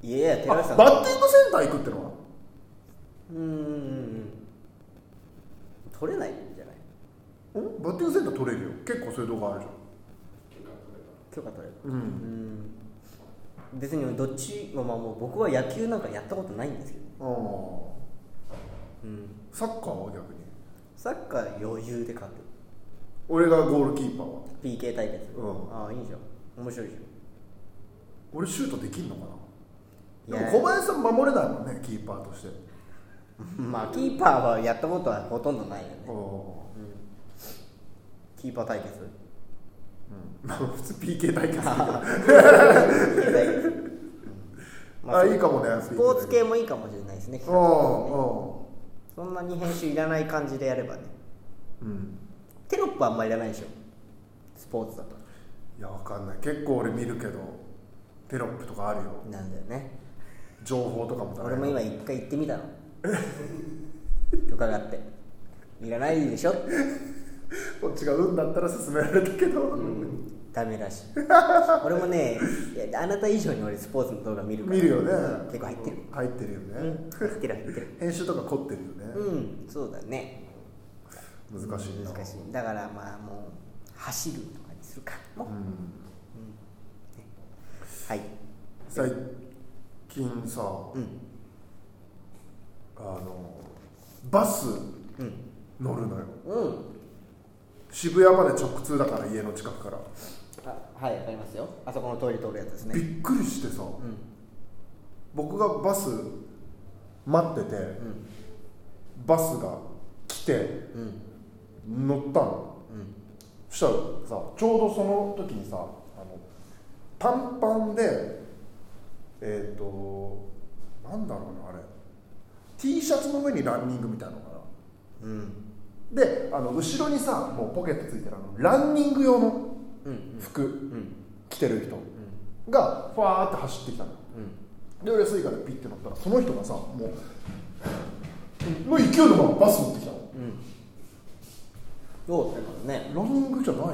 S1: いやいや
S2: あ
S1: 寺
S2: バ
S1: 内さん
S2: ッティングセンター行くってのは
S1: うーん取れないんじゃない
S2: んバッティングセンター取れるよ結構そういう動画あるじ
S1: 許可取れる
S2: ゃんうん
S1: うん別にどっちもまあもう僕は野球なんかやったことないんですけど、
S2: ああ
S1: うん、
S2: サッカーは逆に
S1: サッカー余裕で勝
S2: 俺がゴールキーパーは
S1: る PK 対決、
S2: うん
S1: ああいいじゃん面白いじ
S2: 俺シュートできんのか
S1: ゃ
S2: なんでも
S1: い
S2: 小林さん守れないもんねキーパーとして
S1: やまあキーパーはやったことはほとんどないよね
S2: ああ
S1: キーパー対決
S2: まあ普通 PK 対決
S1: ま
S2: あいいかもね
S1: スポーツ系もいいかもしれないですね
S2: ああ
S1: そんなに編集いらない感じでやればね
S2: うん
S1: テロップあんまいらないでしょスポーツだと
S2: いやわかんない結構俺見るけどテロップとかあるよ
S1: なんだよね
S2: 情報とかもだね
S1: 俺も今一回行ってみたの 伺っていらないでしょ
S2: こっちが運だったら勧められたけど、
S1: ダメらしい俺もねいやあなた以上に俺スポーツの動画見るから
S2: 見るよね
S1: 結構入ってる
S2: 入ってるよね、
S1: うん入ってる入ってる
S2: 編集とか凝ってるよね、
S1: うんそうだね
S2: 難しいな
S1: 難しいだからまあもう走るとかにするかもう、
S2: うん
S1: はい
S2: 最近さ、
S1: うん
S2: あのバス
S1: うん
S2: 乗るのよ
S1: うん
S2: 渋谷まで直通だから家の近くから、
S1: あはいわかりますよあそこのトイレ通るやつですね
S2: びっくりしてさ、
S1: うん
S2: 僕がバス待ってて、バスが来てて
S1: うん
S2: 乗ったの
S1: うん
S2: そしたらさちょうどその時にさあの短パンでえっ、となんだろうなあれ T シャツの上にランニングみたいなのか
S1: う
S2: な
S1: ん
S2: であの後ろにさもうポケットついてるあのランニング用の
S1: うん
S2: 服
S1: うんうん
S2: 着てる人がファーって走ってきたので俺スイカでピッて乗ったらその人がさもうの勢いのままバス乗ってきたの
S1: うんうんどうだからね
S2: ランニングじゃないの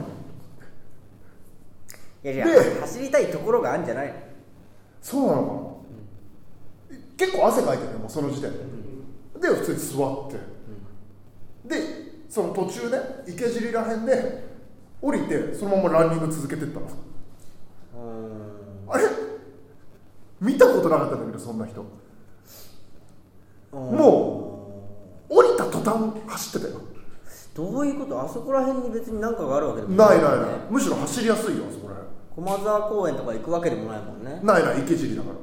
S1: いやいや
S2: で
S1: 走りたいところがあるんじゃないの
S2: そうなのかな、結構汗かいてるよもうその時点で、で普通に座って、でその途中ね池尻らへんで降りてそのままランニング続けてったの
S1: うー
S2: あれ見たことなかったんだけどそんな人
S1: ん
S2: も降りた途端走ってたよ
S1: どういうことあそこら辺に別に何かがあるわけでも
S2: ないない
S1: もんね
S2: ないむしろ走りやすいよあそこらへん
S1: 駒沢公園とか行くわけでもないもんね
S2: ないない池尻だから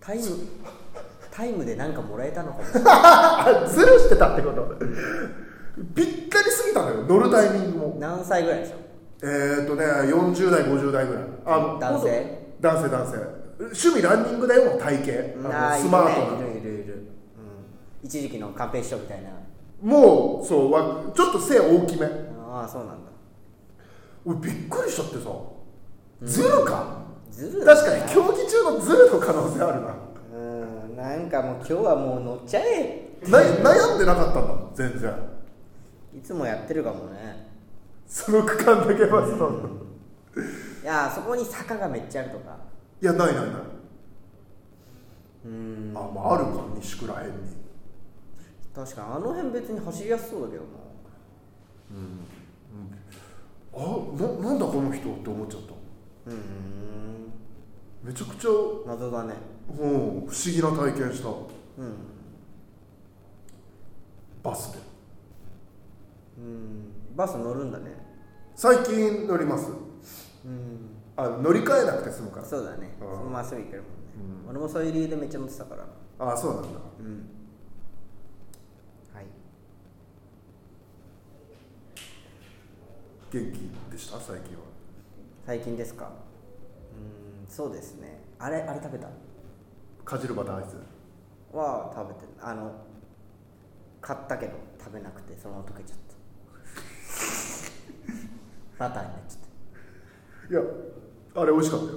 S1: タイムタイムで何かもらえたのかもし
S2: あずるしてたってことびっくりすぎたのよ乗るタイミング
S1: れ
S2: も
S1: ない何歳ぐらいでしょ
S2: えー、っとね40代50代ぐらいあの
S1: 男性
S2: 男性男性趣味ランニングだよの体型
S1: あ
S2: あ
S1: ー
S2: のスマート
S1: い
S2: な
S1: るねいるいるいる、うん、一時期のカンペ師匠みたいな
S2: もうそうわちょっと背大きめ
S1: ああそうなんだ
S2: 俺びっくりしちゃってさずるか、
S1: ずるだね
S2: 確かに競技中のずるの可能性あるな
S1: うんなんかもう今日はもう乗っちゃえ
S2: な悩んでなかったんだもん全然
S1: いつもやってるかもね
S2: その区間だけはその
S1: いやーそこに坂がめっちゃあるとか
S2: いやないないない
S1: うん
S2: あまああるか西倉辺に
S1: 確かにあの辺別に走りやすそうだけどな
S2: あななんだこの人って思っちゃった
S1: うん
S2: めちゃくちゃ、う
S1: 謎だね
S2: ん、不思議な体験した
S1: うん
S2: バスで
S1: うんバス乗るんだね
S2: 最近乗ります
S1: うん
S2: あ乗り換えなくて済むから
S1: そうだね
S2: う
S1: そ
S2: ん
S1: のまっすぐ行けるもんね、俺もそういう理由でめっちゃ乗ってたから
S2: あそうなんだ
S1: うんはい
S2: 元気でした最近は
S1: 最近ですかうーんそうですねあれあれ食べた
S2: かじるバターアイス
S1: は食べてあの買ったけど食べなくてそのまま溶けちゃ ったバターになっちゃっ
S2: いやあれ美味しかったよ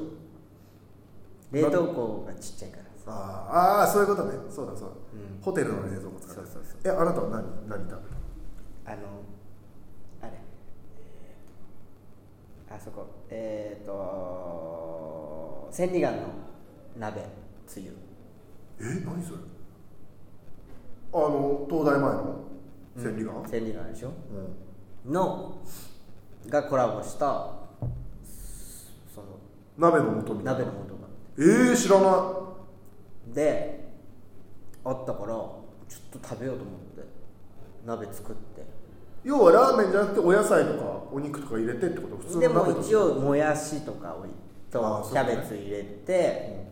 S1: た冷凍庫がちっちゃいからさ
S2: あーあーそういうことねそうだそうだ、
S1: うん
S2: ホテルの冷蔵庫使っ
S1: そ
S2: て
S1: うそうそう
S2: えあなたは何何食べた
S1: あのあれえーあそこえっ、ー、と千里眼の鍋つゆ
S2: え何それあの東大前の千里眼、
S1: 千里眼でしょ
S2: うん
S1: のがコラボしたその
S2: 鍋の素みたいな
S1: 鍋の素が
S2: えー、知らな
S1: であったからちょっと食べようと思って鍋作って
S2: い要はラーメンじゃなくてお野菜とかお肉とか入れてってこと普通
S1: で
S2: の
S1: も
S2: 鍋
S1: 一応もやしとかをい
S2: あー
S1: と
S2: そう
S1: キャ
S2: だね
S1: ベツ入れて、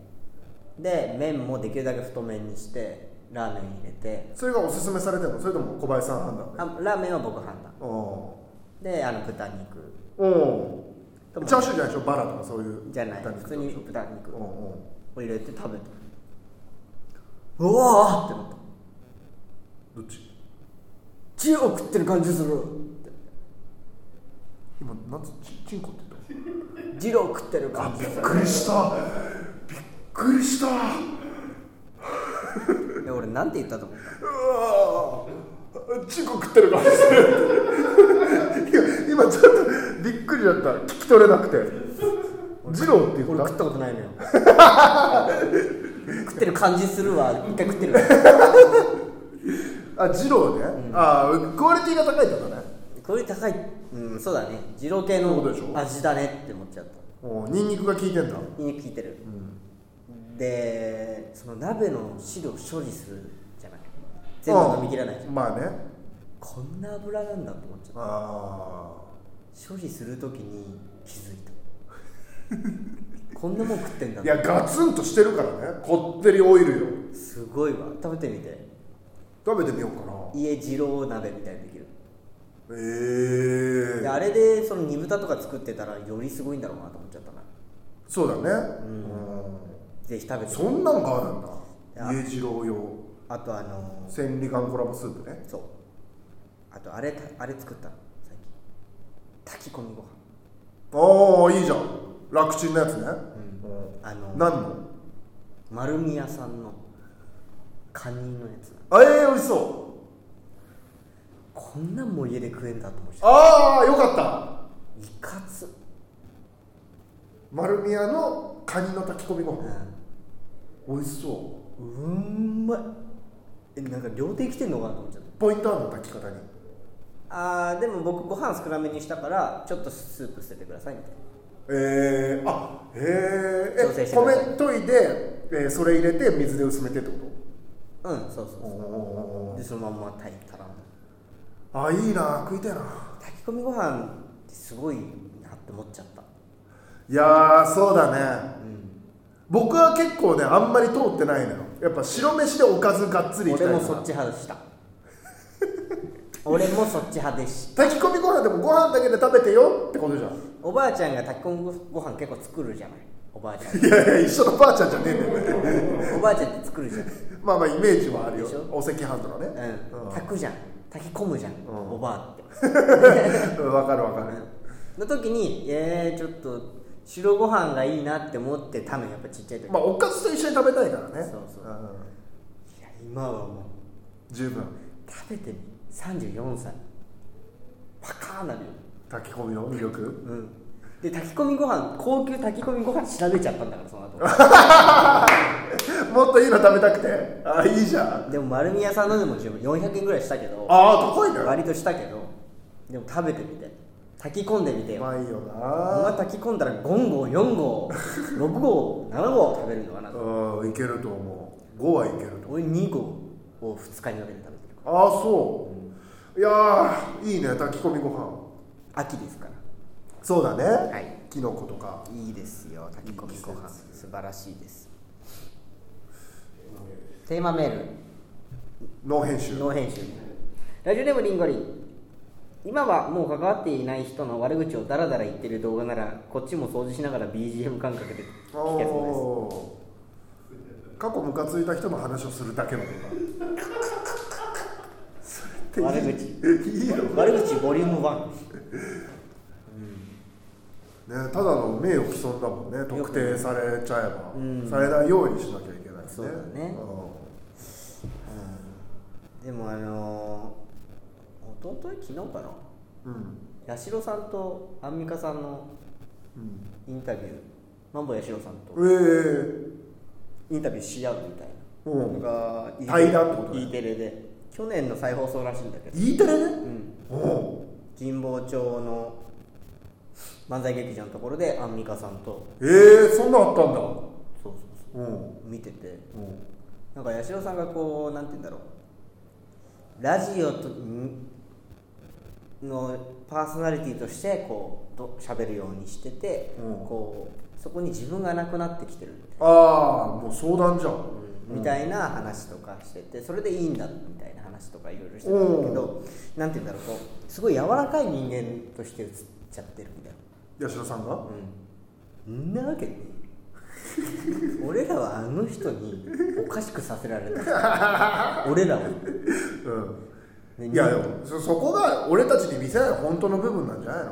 S1: で麺もできるだけ太麺にしてラーメン入れて
S2: それがおすすめされてるのそれとも小林さん判断であ
S1: あラーメンは僕判断
S2: あお
S1: であの豚肉と
S2: お
S1: も
S2: チャーシューじゃないでしょバラとかそういう
S1: じゃない
S2: 豚肉
S1: 普
S2: とか
S1: 通に豚肉
S2: うん
S1: を
S2: うん
S1: 入れて食べたうわーってなった
S2: どっち
S1: 血を食ってる感じするって
S2: 今なんつちチンコって言っ
S1: 二郎食ってる
S2: た
S1: 感じする
S2: くりしたびっくりしたう
S1: で俺なんて言ったと思った
S2: わーチンコ食ってる感じする いや今ちょっとびっくりだった聞き取れなくて二郎って言
S1: 俺
S2: った
S1: 食ったことないのよ 食ってる感じするわ一回食 ってる
S2: あ二郎ね、あークオリティが高いってことね
S1: これ高いうんそうだね二郎系
S2: そう
S1: の
S2: でしょ
S1: 味だねって思っちゃった
S2: おーニンニクが効いてんだ
S1: にんにく効いてる、でその鍋の汁を処理するじゃない全部飲み切らないじゃん
S2: うんまあね
S1: こんな油なんだと思っちゃっ
S2: あ
S1: た処理するときに気づいたこんなもん食ってんだ
S2: いやガツンとしてるからねこってりオイルよ
S1: すごいわ食べてみて
S2: 食べてみようかな
S1: 家二郎鍋みたいにできる
S2: ええ
S1: であれでその煮豚とか作ってたらよりすごいんだろうなと思っちゃったな
S2: そうだねうん
S1: ぜひ食べて
S2: そんなんがあるんだ
S1: いや
S2: 家次郎用
S1: あとあのー
S2: 千里眼コラボスープね
S1: そうあとあれたあれ作ったの最近炊き込みご飯
S2: ああいいじゃん楽ちんなやつね、
S1: あ
S2: う
S1: の
S2: ん、
S1: ー
S2: 何の
S1: 丸美屋さんのカニのやつ
S2: あええー、美味しそう
S1: こんなんも家で食えんだと思って
S2: ああよかった
S1: いかつ、
S2: 丸宮のカニの炊き込みご
S1: う、
S2: 飯美味しそうん
S1: うんまいえなんか料亭来てんのかなと思っちゃっ
S2: ポイントあるの炊き方に
S1: たあーでも僕ご飯少なめにしたからちょっとスープ捨ててくださいみたいな
S2: えー、あへ
S1: 調整
S2: ええ
S1: してください
S2: 米研いで、えーそれ入れて水で薄めてってこ
S1: うんそうそう
S2: と
S1: そ
S2: お
S1: うでそのまんま炊いたら
S2: あいいな食いたいな
S1: 炊き込みご飯ってすごいなって思っちゃった
S2: いやーそうだね
S1: うん
S2: 僕は結構ねあんまり通ってないのよやっぱ白飯でおかずがっつりいきた
S1: 俺
S2: いな
S1: もそっち派でした俺もそっち派でした
S2: 炊き込みご飯でもご飯だけで食べてよってことじゃん
S1: おばあちゃんが炊き込みご飯結構作るじゃないおばあちゃん
S2: いやいや一緒のばあちゃんじゃねえんだよね
S1: おばあちゃんって作るじゃん
S2: まあまあイメージはあるよ
S1: でしょ
S2: お赤飯とかね
S1: うん、炊くじゃん炊き込むじゃん、
S2: ん
S1: おばあって
S2: うんわかるわかる
S1: の時にえー、ちょっと白ご飯がいいなって思ってたのやっぱちっちゃい時、
S2: まあおかずと一緒に食べたいからね
S1: そうそうんいや今はもう
S2: 十分
S1: 食べてみ34歳パカーなるよ、
S2: 炊き込みの魅力
S1: うん、で炊き込みご飯高級炊き込みご飯調べちゃったんだからその後
S2: もっといいの食べたくてあいいじゃん
S1: でも丸宮さんのでも十分400円ぐらいしたけど
S2: ああ高いね
S1: 割としたけどでも食べてみて炊き込んでみて
S2: う
S1: よ
S2: まいよ
S1: お前
S2: な
S1: 炊き込んだら5号4号6号7号食べるのかな
S2: うんいけると思う5はいけると思う
S1: 俺2号を2日に分けて食べてる
S2: ああそういやーいいね炊き込みご飯
S1: 秋ですから
S2: そうだね、
S1: はい
S2: きのことか
S1: いいですよ炊き込みご飯素晴らしいですテーマメール
S2: ノー編集
S1: ノー編集ラジオネームリンゴリン今はもう関わっていない人の悪口をダラダラ言ってる動画ならこっちも掃除しながら BGM 感覚で聞けそ
S2: おー過去ムカついた人の話をするだけの動画
S1: 悪
S2: 口いいよ、ね、
S1: うです悪口ボリューム1
S2: ただの名誉毀損だもんね特定されちゃえば、
S1: うん
S2: されないようにしなきゃいけないね
S1: そうだねでもあのー、一昨日昨日か
S2: うんうん
S1: な八代さんとアンミカさんの
S2: うん
S1: インタビューマンボ八代さんと
S2: え
S1: インタビューし合うみたい
S2: えう
S1: なの
S2: ん
S1: が
S2: 対談ってことだよ
S1: E テレで去年の再放送らしいんだけど、
S2: E テレ
S1: う
S2: ね
S1: ん、
S2: お
S1: 神保町の漫才劇場のところでアンミカさんと
S2: ええそんなあったんだ
S1: そうそう
S2: うん
S1: そう見てて
S2: うん
S1: なんか八代さんがこうなんて言うんだろうラジオとんのパーソナリティとしてこうど喋るようにしてて、
S2: うん
S1: こうそこに自分がなくなってきてる
S2: ああもう相談じゃん、
S1: みたいな話とかしててそれでいいんだみたいな話とかいろいろしてた
S2: うん
S1: んだけどなんて言うんだろうこうすごい柔らかい人間として映っちゃってるみたい
S2: 八代さんが
S1: なうんんなわけね え俺らはあの人におかしくさせられた 俺らは
S2: う
S1: ね
S2: んいやでもそそこが俺たちに見せない本当の部分なんじゃないの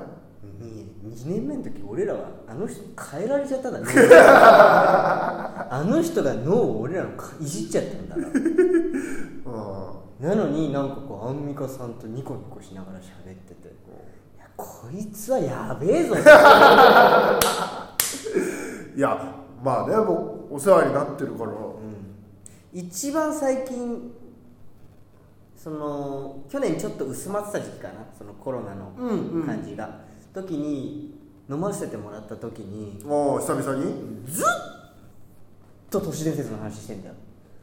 S1: 2年目の時俺らはあの人に変えられちゃった んだあの人が脳を俺らのかいじっちゃったんだから
S2: う
S1: なのになんかこうアンミカさんとニコニコしながら喋ってて、いやこいつはやべえぞ
S2: んいやまあね僕お世話になってるから、
S1: 一番最近その去年ちょっと薄まってた時期かなそのコロナの
S2: うんうん
S1: 感じが、時に飲ませてもらった時に
S2: もう久々に
S1: ずっと都市伝説の話してんだよ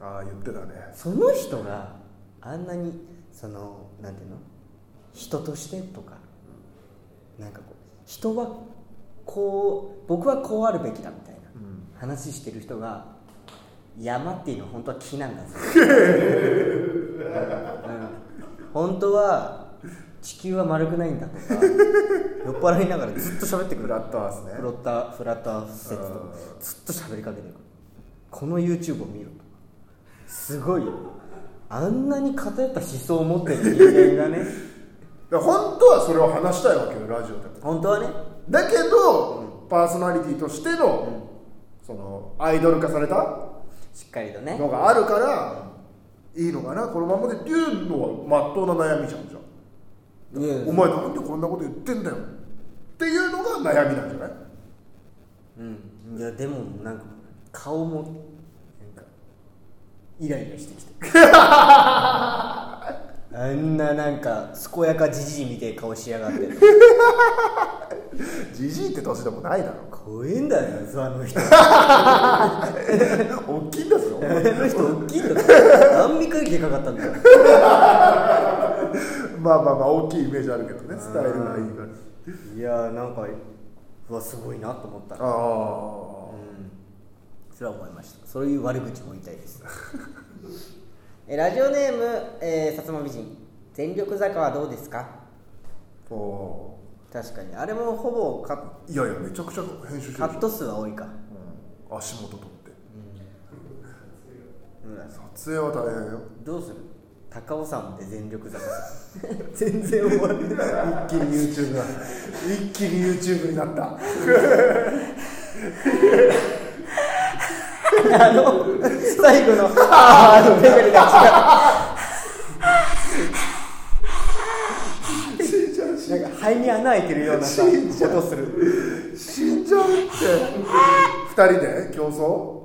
S2: ああ言ってたね
S1: その人があんなにそのなんていうの人としてとかなんかこう人はこう僕はこうあるべきだみたいな、話してる人が山っていうのは本当は木なんだぞ、うん、本当は地球は丸くないんだとか酔っ払いながらずっと喋ってく
S2: フ
S1: る
S2: ラットアースね
S1: フロッタフラッター説とずっと喋りかけてるこの YouTube を見ろとすごいよあんなに偏った思想を持ってる人間がね
S2: だから本当はそれを話したいわけよラジオでも
S1: 本当はね
S2: だけど、パーソナリティとしての、そのアイドル化された
S1: しっかりとね
S2: のがあるからいいのかなこのままでっていうのはまっとうな悩みじゃんじゃん
S1: いや
S2: お前なんでこんなこと言ってんだよっていうのが悩みなんじゃない
S1: うんいやでもなんか顔もなんかイライラしてきて あんななんか健やかじじいみたいな顔しやがって
S2: じじいって年でもないだろ
S1: 怖えんだよあの人
S2: 大きいんですよ
S1: あの人大きいんだ からアンミカよりでかかったんだよ
S2: まあまあまあ大きいイメージあるけどねスタイルがいいから
S1: いやーなんかうわすごいなと思った
S2: ああ
S1: それは思いましたそういう悪口も言いたいです えラジオネーム、えー、薩摩美人全力坂はどうですか
S2: お
S1: 確かにあれもほぼカ
S2: ーいやいやめちゃくちゃ編集して
S1: カ
S2: るで
S1: ッ
S2: し
S1: ト数は多いか
S2: ょ足元取って
S1: うん
S2: 撮影は大変よ
S1: どうする高尾山で全力坂 する全然終わる
S2: 一気に YouTube が 一気に YouTube になった
S1: あの 最後のあーのレベルが
S2: 死んじゃう死んじゃ
S1: 違うなんか肺に穴開いてるようなさ
S2: 死んじゃう
S1: 音する
S2: う死んじゃうって二人で競争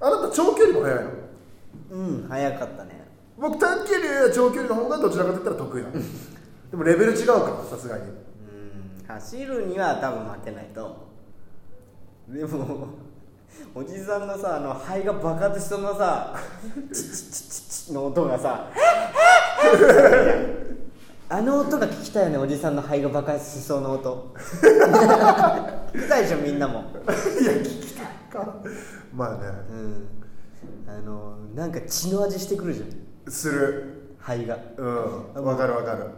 S2: あなた長距離も速いの
S1: うん早かったね
S2: 僕短距離よりは長距離の方がどちらかといったら得意なのでもレベル違うからさすがに
S1: うん走るには多分負けないとでも おじさんのさあの肺が爆発しそうなさチッチッチッチッチッの音がさ あの音が聞きたいよねおじさんの肺が爆発しそうな音聞きたいでしょみんなも
S2: いや聞きたいかまあね
S1: うんあのなんか血の味してくるじゃん
S2: する
S1: 肺が
S2: うんわかるわかる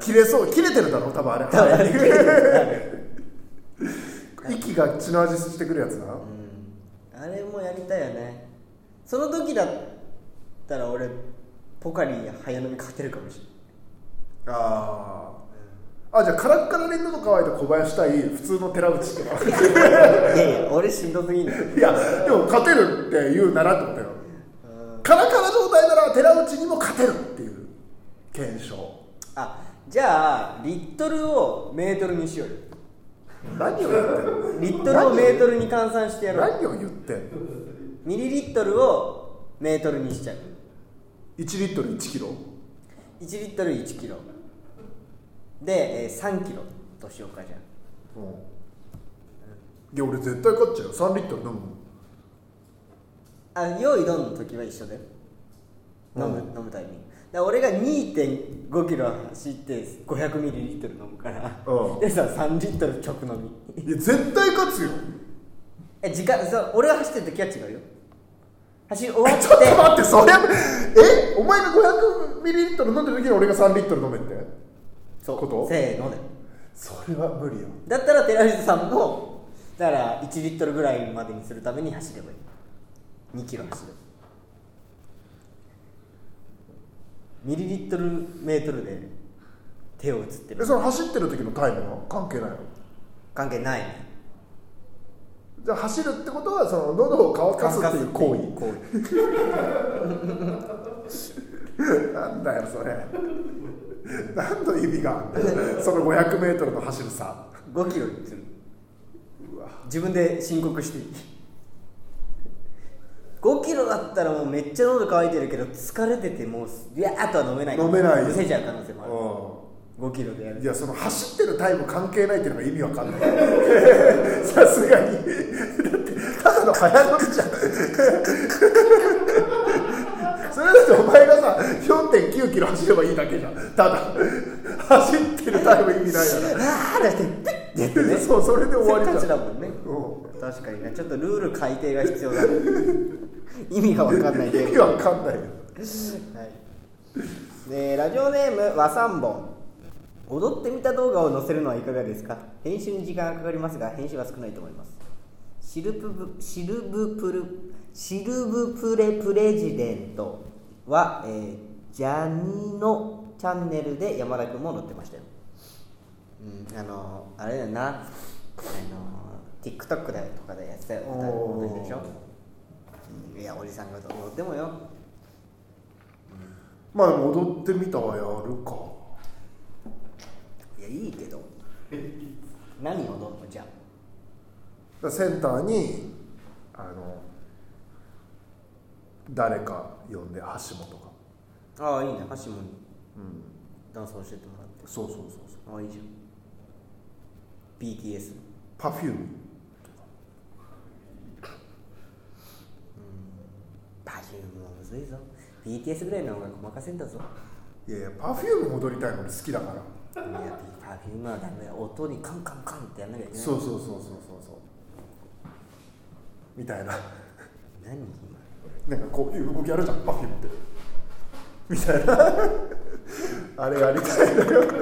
S2: 切れそう切れてるだろ多分あれ
S1: 多分あれ切れてる
S2: 息が血の味してくるやつな、
S1: うんあれもやりたいよねその時だったら俺ポカリ早飲み勝てるかもしれない
S2: あーあじゃあカラッカラに喉乾いた小林対普通の寺内 とか
S1: いやいや、俺しんどすぎんだよ。
S2: いやでも勝てるって言うならってことよカラカラ状態なら寺内にも勝てるっていう検証
S1: あ、じゃあ、リットルをメートルにしようよ。
S2: 何を言ってんの
S1: リットルをメートルに換算してやろう。
S2: 何を言ってんの
S1: ミリリットルをメートルにしちゃう。
S2: 1リットル1キロ
S1: 1リットル1キロ。で、えー3キロとしようかじゃ
S2: うんいや俺絶対勝っちゃうよ3リットル飲むもん
S1: あ。あ、用意どんの時は一緒だよ。飲む、飲むタイミング。だから俺が2.5キロ走って500ミリリットル飲むから、
S2: うん
S1: でさ3リットル直飲み
S2: いや絶対勝つよ
S1: え時間そう俺が走ってる時は違うよ走り終わっ
S2: ち
S1: て
S2: ょっと待ってそれえお前が500ミリリットル飲んでる時に俺が3リットル飲めって
S1: そう
S2: こと
S1: せーので
S2: それは無理よ
S1: だったら寺内さんもだから1リットルぐらいまでにするために走ればいい2キロ走るミリリットルメートルで手を打つって
S2: え
S1: る
S2: その走ってる時のタイムは関係ないの
S1: 関係ないね
S2: じゃあ走るってことはその喉を乾かすっていう行為
S1: 行為
S2: なんだよそれ何の意味があんだよその 500m の走るさ
S1: 5キロにする
S2: うわ
S1: 自分で申告していい5キロだったらもうめっちゃ喉乾いてるけど疲れててもういやーっとは飲めない
S2: 飲めないよ
S1: むせちゃう可能性もある
S2: う
S1: 5キロでや
S2: ん
S1: る
S2: いやその走ってるタイム関係ないっていうのが意味わかんない さすがにだってただの早乗りじゃんそれだってお前がさ4 9キロ走ればいいだけじゃんただ走ってるタイム意味ないか
S1: ああだってピッてやって
S2: ら
S1: ね
S2: そうそれで終わり
S1: せっか
S2: じ
S1: ち
S2: ゃん
S1: だもんね
S2: うん
S1: 確かにねちょっとルール改定が必要だね意味が分かんないけ
S2: 意
S1: ど
S2: 味わかんないよ
S1: はい、でラジオネーム和三本踊ってみた動画を載せるのはいかがですか編集に時間がかかりますが編集は少ないと思いますシルプブシルブプルシルブプレプレジデントは、えージャニのチャンネルで山田君も載ってましたよ、うん、あのあれだよなあの TikTok だよとかでやってたよ同じでしょうんいやおじさんが踊ってもよ
S2: まあでも踊ってみたはやるか
S1: いやいいけど何をどんのじゃ
S2: だからセンターにあの誰か呼んで橋本が
S1: あああいいね橋もに
S2: うん
S1: ダンス教えてもらって
S2: そうそうそうそう
S1: ああいいじゃん BTS
S2: パフューム
S1: バジュームはむずいぞ BTS ぐらいの方が細かせんだぞ
S2: いやいやパフューム踊りたいの俺好きだから
S1: いや Perfume はダメだよ音にカンカンカンってやんなきゃいけない
S2: そうそうそうそうそうそうみたいな
S1: 何今
S2: なんかこういう動きあるじゃんパフュームってみたいなあれやりたいのよ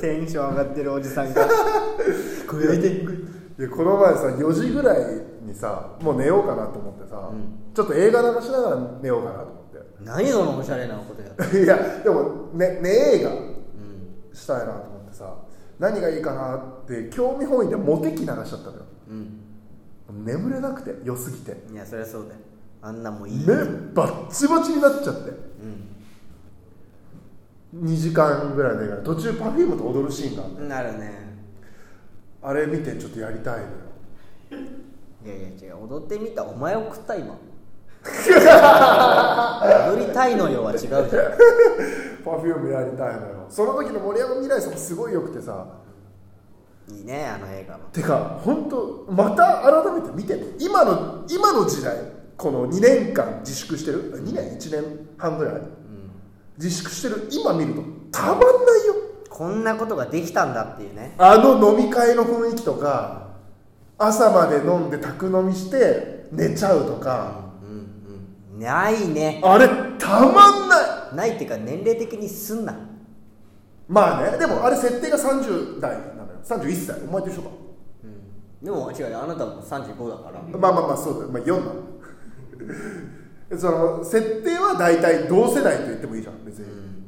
S1: テンション上がってるおじさんがこれ見て
S2: いやこの前さ4時ぐらいにさもう寝ようかなと思ってさ、
S1: うん
S2: ちょっと映画流しながら寝ようかなと思
S1: 何そのおしゃれなことや
S2: って いやでもね寝映
S1: う
S2: 画
S1: ん
S2: したいなと思ってさ何がいいかなって興味本位でモテ期流しちゃったのよ
S1: うん
S2: 眠れなくて良すぎて
S1: いやそりゃそうだよあんなもんいい
S2: 目バッチバチになっちゃって
S1: うん
S2: 2時間ぐらいの映画で途中パフュームと踊るシーンがある
S1: なるね
S2: あれ見てちょっとやりたいのよ
S1: いやいや違う踊ってみたお前を食った今踊りたいのよは違うじゃん
S2: パフュームやりたいのよその時の森山未來さんもすごい良くてさ
S1: いいねあの映画も
S2: てか本当また改めて見て今の今の時代この2年間自粛してる2年1年半ぐらい自粛してる今見るとたまんないよ
S1: こんなことができたんだっていうね
S2: あの飲み会の雰囲気とか朝まで飲んで宅飲みして寝ちゃうとか
S1: うんうんないね
S2: あれたまんない
S1: ないっていうか年齢的にすんな
S2: まあねでもあれ設定が30代なのよ31歳お前と一緒か
S1: でも違うよあなたも35だから
S2: まあまあまあそうだよ、まあ、4なの その設定は大体同世代と言ってもいいじゃん別に、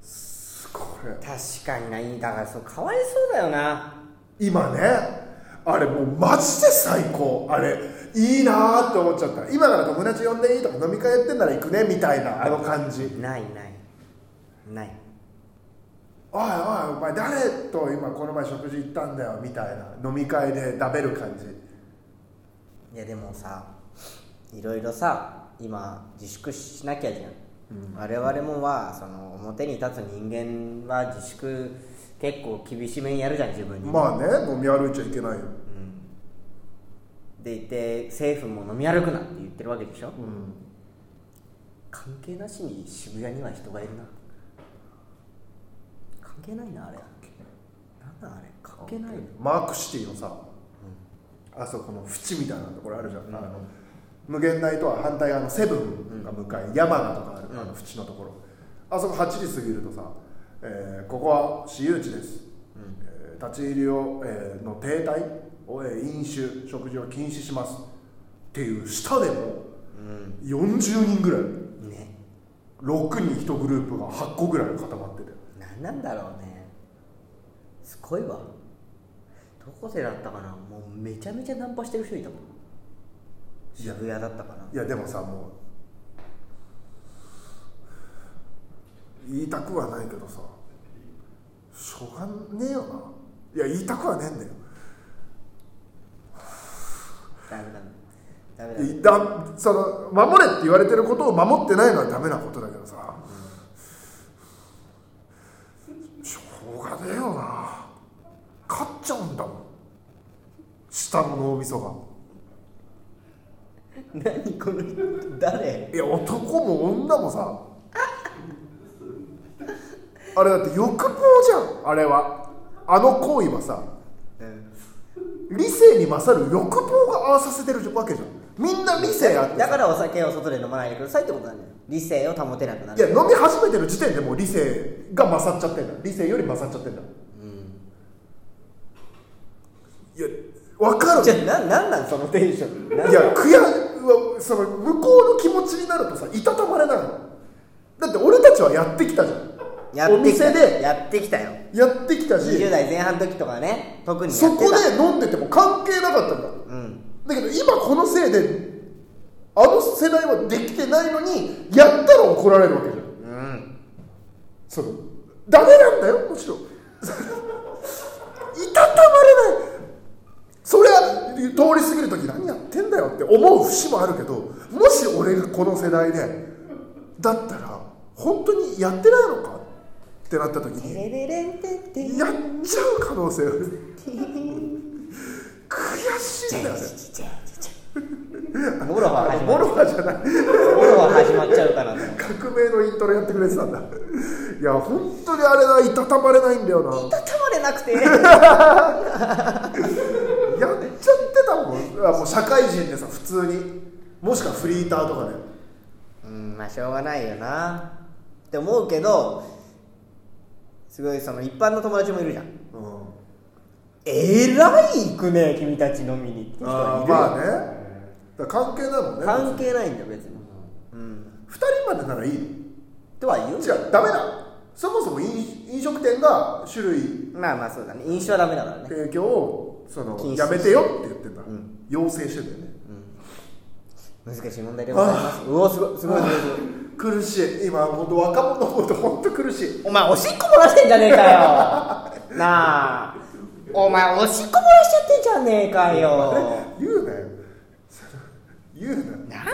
S2: すこれ
S1: 確かにないだからそうかわいそうだよな
S2: 今ねあれもうマジで最高あれいいなーって思っちゃった今から友達呼んでいいとか飲み会やってんなら行くねみたいなあの感じおいおい
S1: ないないない
S2: お前誰と今この前食事行ったんだよみたいな飲み会で食べる感じ
S1: いやでもさいろいろさ今自粛しなきゃじゃん、我々もはその表に立つ人間は自粛結構厳しめにやるじゃん自分に、
S2: まあね飲み歩いちゃいけないよ
S1: うん、でいて政府も飲み歩くなって言ってるわけでしょ、
S2: うん
S1: 関係なしに渋谷には人がいるな関係ないなあれなんだあれ関係ないの
S2: マークシティのさ、あそこの縁みたいなところあるじゃん、あの無限大とは反対側のセブンが向かい、山名とかある、あの縁のところあそこ8時過ぎるとさ、えーここは私有地です、えー立ち入りを、えーの停滞を、えー飲酒食事を禁止しますっていう下でも40人ぐらい
S1: ね
S2: 6人1グループが8個ぐらい固まってて
S1: 何なんだろうねすごいわどこでだったかなもうめちゃめちゃナンパしてる人いたもん
S2: いや
S1: 渋谷だったかない
S2: やでもさもう言いたくはないけどさしょうがねえよないや言いたくはねえんだよ
S1: ダメだダメだ
S2: いだその守れって言われてることを守ってないのはダメなことだけどさ、しょうがねえよな勝っちゃうんだもん下の脳みそが。
S1: 何この人誰
S2: いや男も女もさあれだって欲望じゃんあれはあの行為はさ
S1: うん
S2: 理性に勝る欲望がああさせてるわけじゃんみんな理性あって
S1: だからお酒を外で飲まないでくださいってことなんだよ理性を保てなくない
S2: や
S1: る
S2: 飲み始めてる時点でもう理性が勝っちゃってんだ理性より勝っちゃってんだいや分かる
S1: じゃあななんなんそのテンションなん
S2: いや悔やうわその向こうの気持ちになるとさいたたまれないのだって俺たちはやってきたじゃん
S1: やってきた
S2: お店で
S1: やってきたよ
S2: やってきたし
S1: 20代前半の時とかね特にやって
S2: そ
S1: た
S2: こで飲んでても関係なかったんだ
S1: うん
S2: だけど今このせいであの世代はできてないのにやったら怒られるわけじゃん
S1: うん
S2: そのダメなんだよむしろ いたたまれないそりゃ通り過ぎる時何やってんだよって思う節もあるけどもし俺がこの世代でだったら本当にやってないのかってなった時
S1: テ
S2: に
S1: レレレンテンテン
S2: やっちゃう可能性ある悔しいんだよね
S1: モロは始ま
S2: モ
S1: っ
S2: ロハじゃない
S1: モロは始まっちゃうからね
S2: 革命のイントロやってくれてたんだいや本当にあれないたたまれないんだよな
S1: たたまれなくて
S2: やっちゃってたもんあもう社会人でさ普通にもしくはフリーターとかで
S1: うんまあしょうがないよなって思うけどすごいその一般の友達もいるじゃん
S2: うん
S1: えらい行くね君たち飲みにって人は
S2: あー
S1: いるよ
S2: まあねだから関係ないもんね
S1: 関係ないんだよ別にうん
S2: 2人までならいいの
S1: とは言う
S2: 違うダメだそもそも飲飲食店が種類
S1: まあまあそうだね飲酒はダメだからね
S2: 提供をその
S1: 禁止
S2: やめてよって言ってんだ、
S1: ん
S2: 要請してんだよね
S1: 難しい問題でございますうおすごいすごいすごいすごい
S2: 苦しい今本当若者のこと本当苦しい
S1: お前おしっこ漏らしてんじゃねえかよ なあお前おしっこ漏らしちゃってんじゃねえかよ
S2: 言うなよそれ言うな
S1: なんか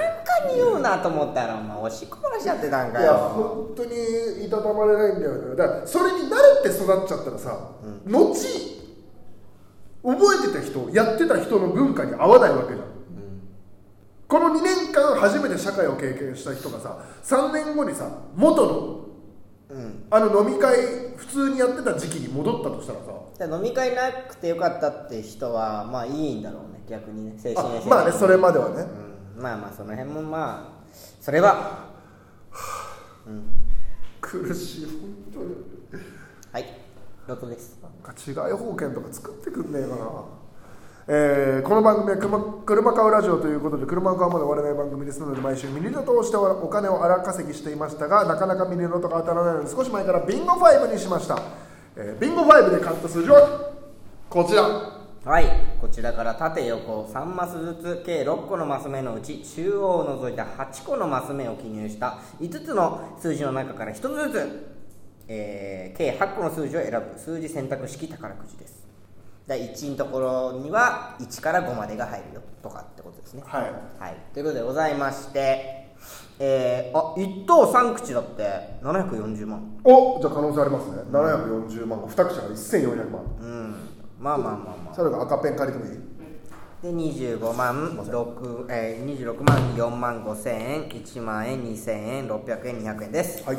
S1: 匂うなと思ったらお前おしっこ漏らしちゃってたんか
S2: いや
S1: よ
S2: 本当にいたたまれないんだよねだからそれに慣れて育っちゃったらさ、後覚えてた人やってた人の文化に合わないわけじゃん、この2年間初めて社会を経験した人がさ3年後にさ元の
S1: うん
S2: あの飲み会普通にやってた時期に戻ったとしたらさ
S1: じゃあ飲み会なくてよかったって人はまあいいんだろうね逆にね精神衛
S2: あ
S1: 生
S2: まあねそれまではね、
S1: うんまあまあその辺もまあそれは
S2: 苦しい本当に
S1: はいロトです
S2: なんか違い保険とか作ってくんねえかな、えーこの番組は車車買うラジオということで車買うまで終わらない番組ですので毎週ミニロトをしてお金を荒稼ぎしていましたがなかなかミニロトが当たらないので少し前からビンゴ5にしました、えービンゴ5で買った数字はこちら
S1: はいこちらから縦横3マスずつ計6個のマス目のうち中央を除いた8個のマス目を記入した5つの数字の中から1つずつ、えー計8個の数字を選ぶ数字選択式宝くじです第1のところには1から5までが入るよとかってことですね
S2: はい
S1: はい、ということでございまして、えーあ1等3口だって740万
S2: おじゃあ可能性ありますね740万2口が1400万
S1: うんまあまあまあまあ
S2: それが赤ペン借りてもいい
S1: で25万6、えー、26万4万5千円1万円2千円600円200円です
S2: はい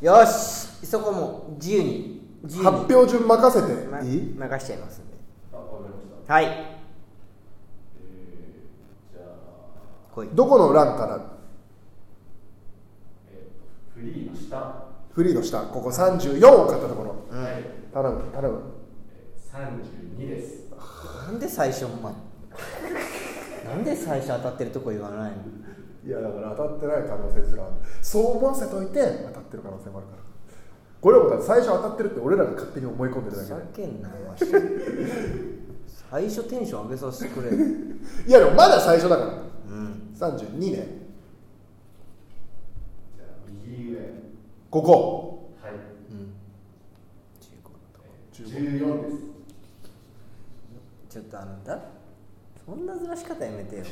S1: よしそこも自由に自由に
S2: 発表順任せて
S1: ま
S2: いい
S1: 任しちゃいますんで
S3: あ、わかりました。
S1: はい
S3: えー、じゃあ、
S1: 来い
S2: どこの欄から
S3: えー、フリーの下、は
S2: フリーの下ここ34を買ったところ
S1: うん
S3: い、
S2: 頼む頼む
S3: 三十二です。
S1: なんで最初お前なんで最初当たってるとこ言わないの
S2: いやだから当たってない可能性すらあるそう思わせといて当たってる可能性もあるからこれはもうだって最初当たってるって俺らが勝手に思い込んでるだ
S1: ふ
S2: け
S1: ざ
S2: で
S1: けんなよわし 最初テンション上げさせてくれよ
S2: いやでもまだ最初だから
S1: うん
S2: 32年
S3: じゃあ、右上、
S2: ここ
S3: はい、
S1: うん
S3: 十四です。
S1: ちょっとあのだそんなずらし方やめてよ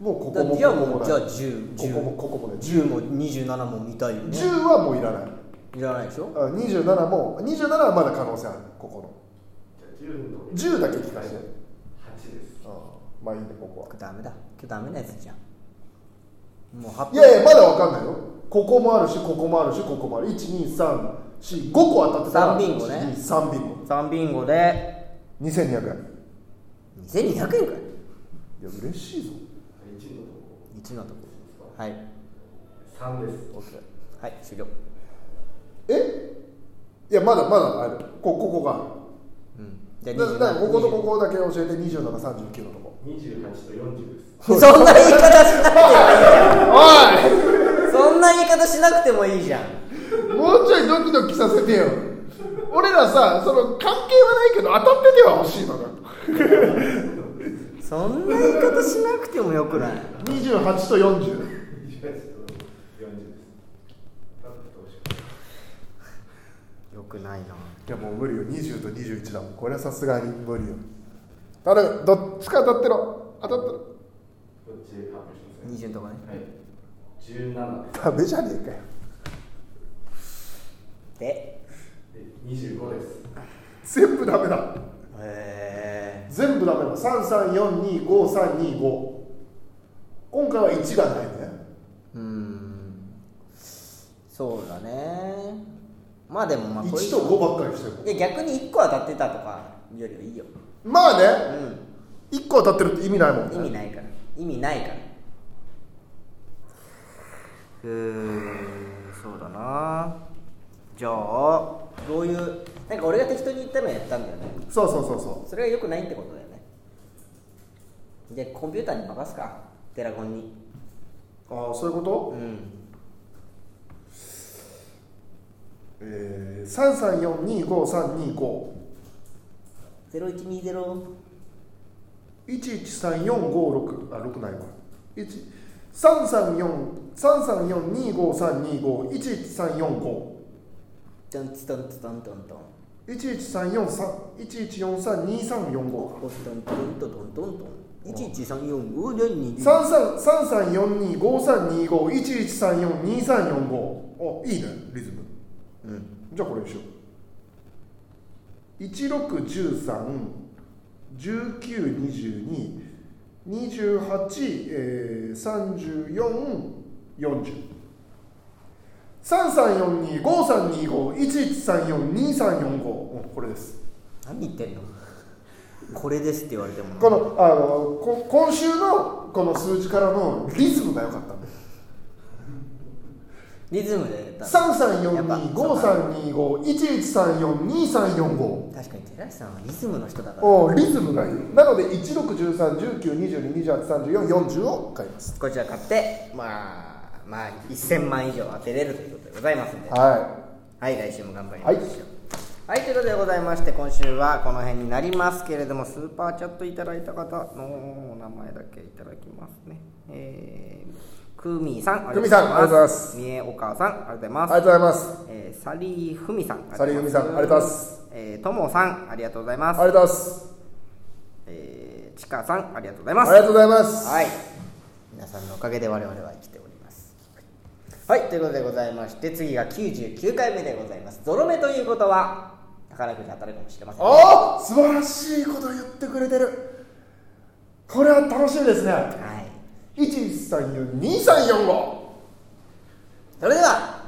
S2: もうこ
S1: だ
S2: こも
S1: じゃあ
S2: ここ
S1: も
S2: も
S1: うじゃあ10
S2: ここもここもね10
S1: 10も27も見たいよね
S2: 10はもういらない
S1: いらないでしょ
S2: あ27も27はまだ可能性あるここの
S3: じゃあ、十の
S2: 10だけ聞かせて
S3: 八です。
S2: あまあいいねここは
S1: ダメだ今日ダメなやつじゃんもう発
S2: いやいやまだわかんないよここもあるしここもあるしここもある1234 5個当たってたら
S1: 三ビンゴね
S2: 3ビンゴ
S1: 3ビンゴで
S2: 2200円いや
S1: 2200円かい
S2: 嬉しいぞ
S3: 一のとこ
S1: 一のとこはい
S3: 三です。
S1: はい終了
S2: えいやまだまだあるこここがあ
S1: うんじ
S2: る
S1: ゃ
S2: だだからこことこ
S1: こ
S2: こだけ教えて2739のとこ
S3: 二十八と四十です。
S1: そんな言い方しな
S2: おい
S1: く そんな言い方しなくてもいいじゃん
S2: もうちょいドキドキさせてよ俺らさその関係はないけど当たってては欲しいのだ
S1: そんな言い方しなくてもよくない
S2: 28と40
S3: 二十八と四十です。だってどうしよ
S1: よくないない
S2: やもう無理よ20と21だもんこれはさすがに無理よ頼むどっちか当たってろ当たってろ
S3: う。こっち発表しますね。
S1: 20のとこね
S3: はい。十七です。
S2: ダメじゃねえかよ
S1: で
S3: で二十五です。
S2: 全部ダメだ
S1: へえ
S2: 全部ダメだ33425325325今回は1がないね
S1: うーんそうだねまあでもまあこれ
S2: 1と5ばっかりしてる
S1: いや逆に1個当たってたとかよりはいいよ
S2: ま
S1: う
S2: あね
S1: ん
S2: 1個当たってるって意味ないもんね
S1: 意味ないから意味ないからうーんそうだなじゃあどういうなんか俺が適当に言ったのやったんだよね
S2: そうそうそうそ
S1: それはよくないってことだよねでコンピューターに任すかテラコンに
S2: うああそういうこと
S1: うん
S2: えー、3342532511345
S1: 0120
S2: 11345あ6ないわ1 3 3 4 3 3 4 2 5 3 2 5 1 1 3 4 5
S1: トンツトンツトントントン
S2: 1 1 3 4 3 1 1 4 3 2 3 4 5
S1: トントントントントントン1134お何
S2: 三三三三四二五三二五一一三四二三四五。あ、いいね、リズム。
S1: うん
S2: じゃあこれにしよう。一六十三、十九二十二、二十八三十四四十。三三四二五三二五一一三四二三四五。うんこれです。
S1: 何言ってんのこれですって言われてもな
S2: このあのこ今週のこの数字からのリズムが良かったんだよ。
S1: リズムでだ
S2: 三三四
S1: やっぱ
S2: 二五三二五一一三四二三四五。
S1: 確かに寺石さんはリズムの人だから
S2: おーリズムがいい。なので一六十三十九二十二二十八三十四四十を買います。
S1: こちら買ってまあまあ1000万以上当てれるということでございますんでは、
S2: はい
S1: 来週も頑張りましょうはい、ということでございまして今週はこの辺になりますけれどもスーパーチャットいただいた方のお名前だけいただきますねえー、くみさん
S2: くみさんあ
S1: みえお母さんありがとうござい
S2: い。あ
S1: ま
S2: り
S1: す
S2: がとうございます。
S1: えー、サリーふみさん
S2: サリーフミさんありがとうございます
S1: えーともさんありがとうござい
S2: あ
S1: ま
S2: り
S1: す
S2: がとうございます。
S1: えー、ちかさんありがとうござい
S2: あ
S1: ま
S2: り
S1: す
S2: がとうございます。
S1: はい皆さんのおかげで我々は生きておりますはいということでございまして次が99回目でございますゾロ目ということは宝くじ当たるかもしれませんねは
S2: ああ素晴らしいこと言ってくれてる。これは楽しいですね。
S1: い
S2: 一一三四二三四五。
S1: それでは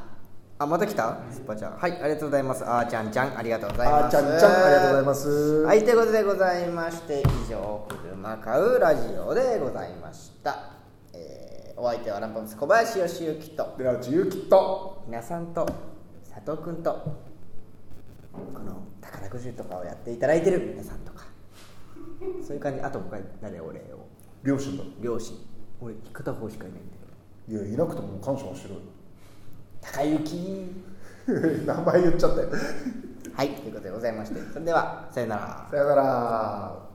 S1: あまた来たスパちゃんはいありがとうございますあーちゃんちゃんありがとうございます
S2: あーちゃんちゃんありがとうございます。
S1: はいということでございまして以上車買うラジオでございました、えーお相手はランパムス小林義之と
S2: 寺内ゆきと。
S1: 皆さんと佐藤君とこの宝くじとかをやっていただいてる皆さんとかそういう感じあと他に誰俺を
S2: 両親だ
S1: 両親俺片方しかいないんだけど
S2: いやいなくても感謝はしろよ
S1: 高雪
S2: 名前言っちゃったよ
S1: はいということでございましてそれではさよなら
S2: さよなら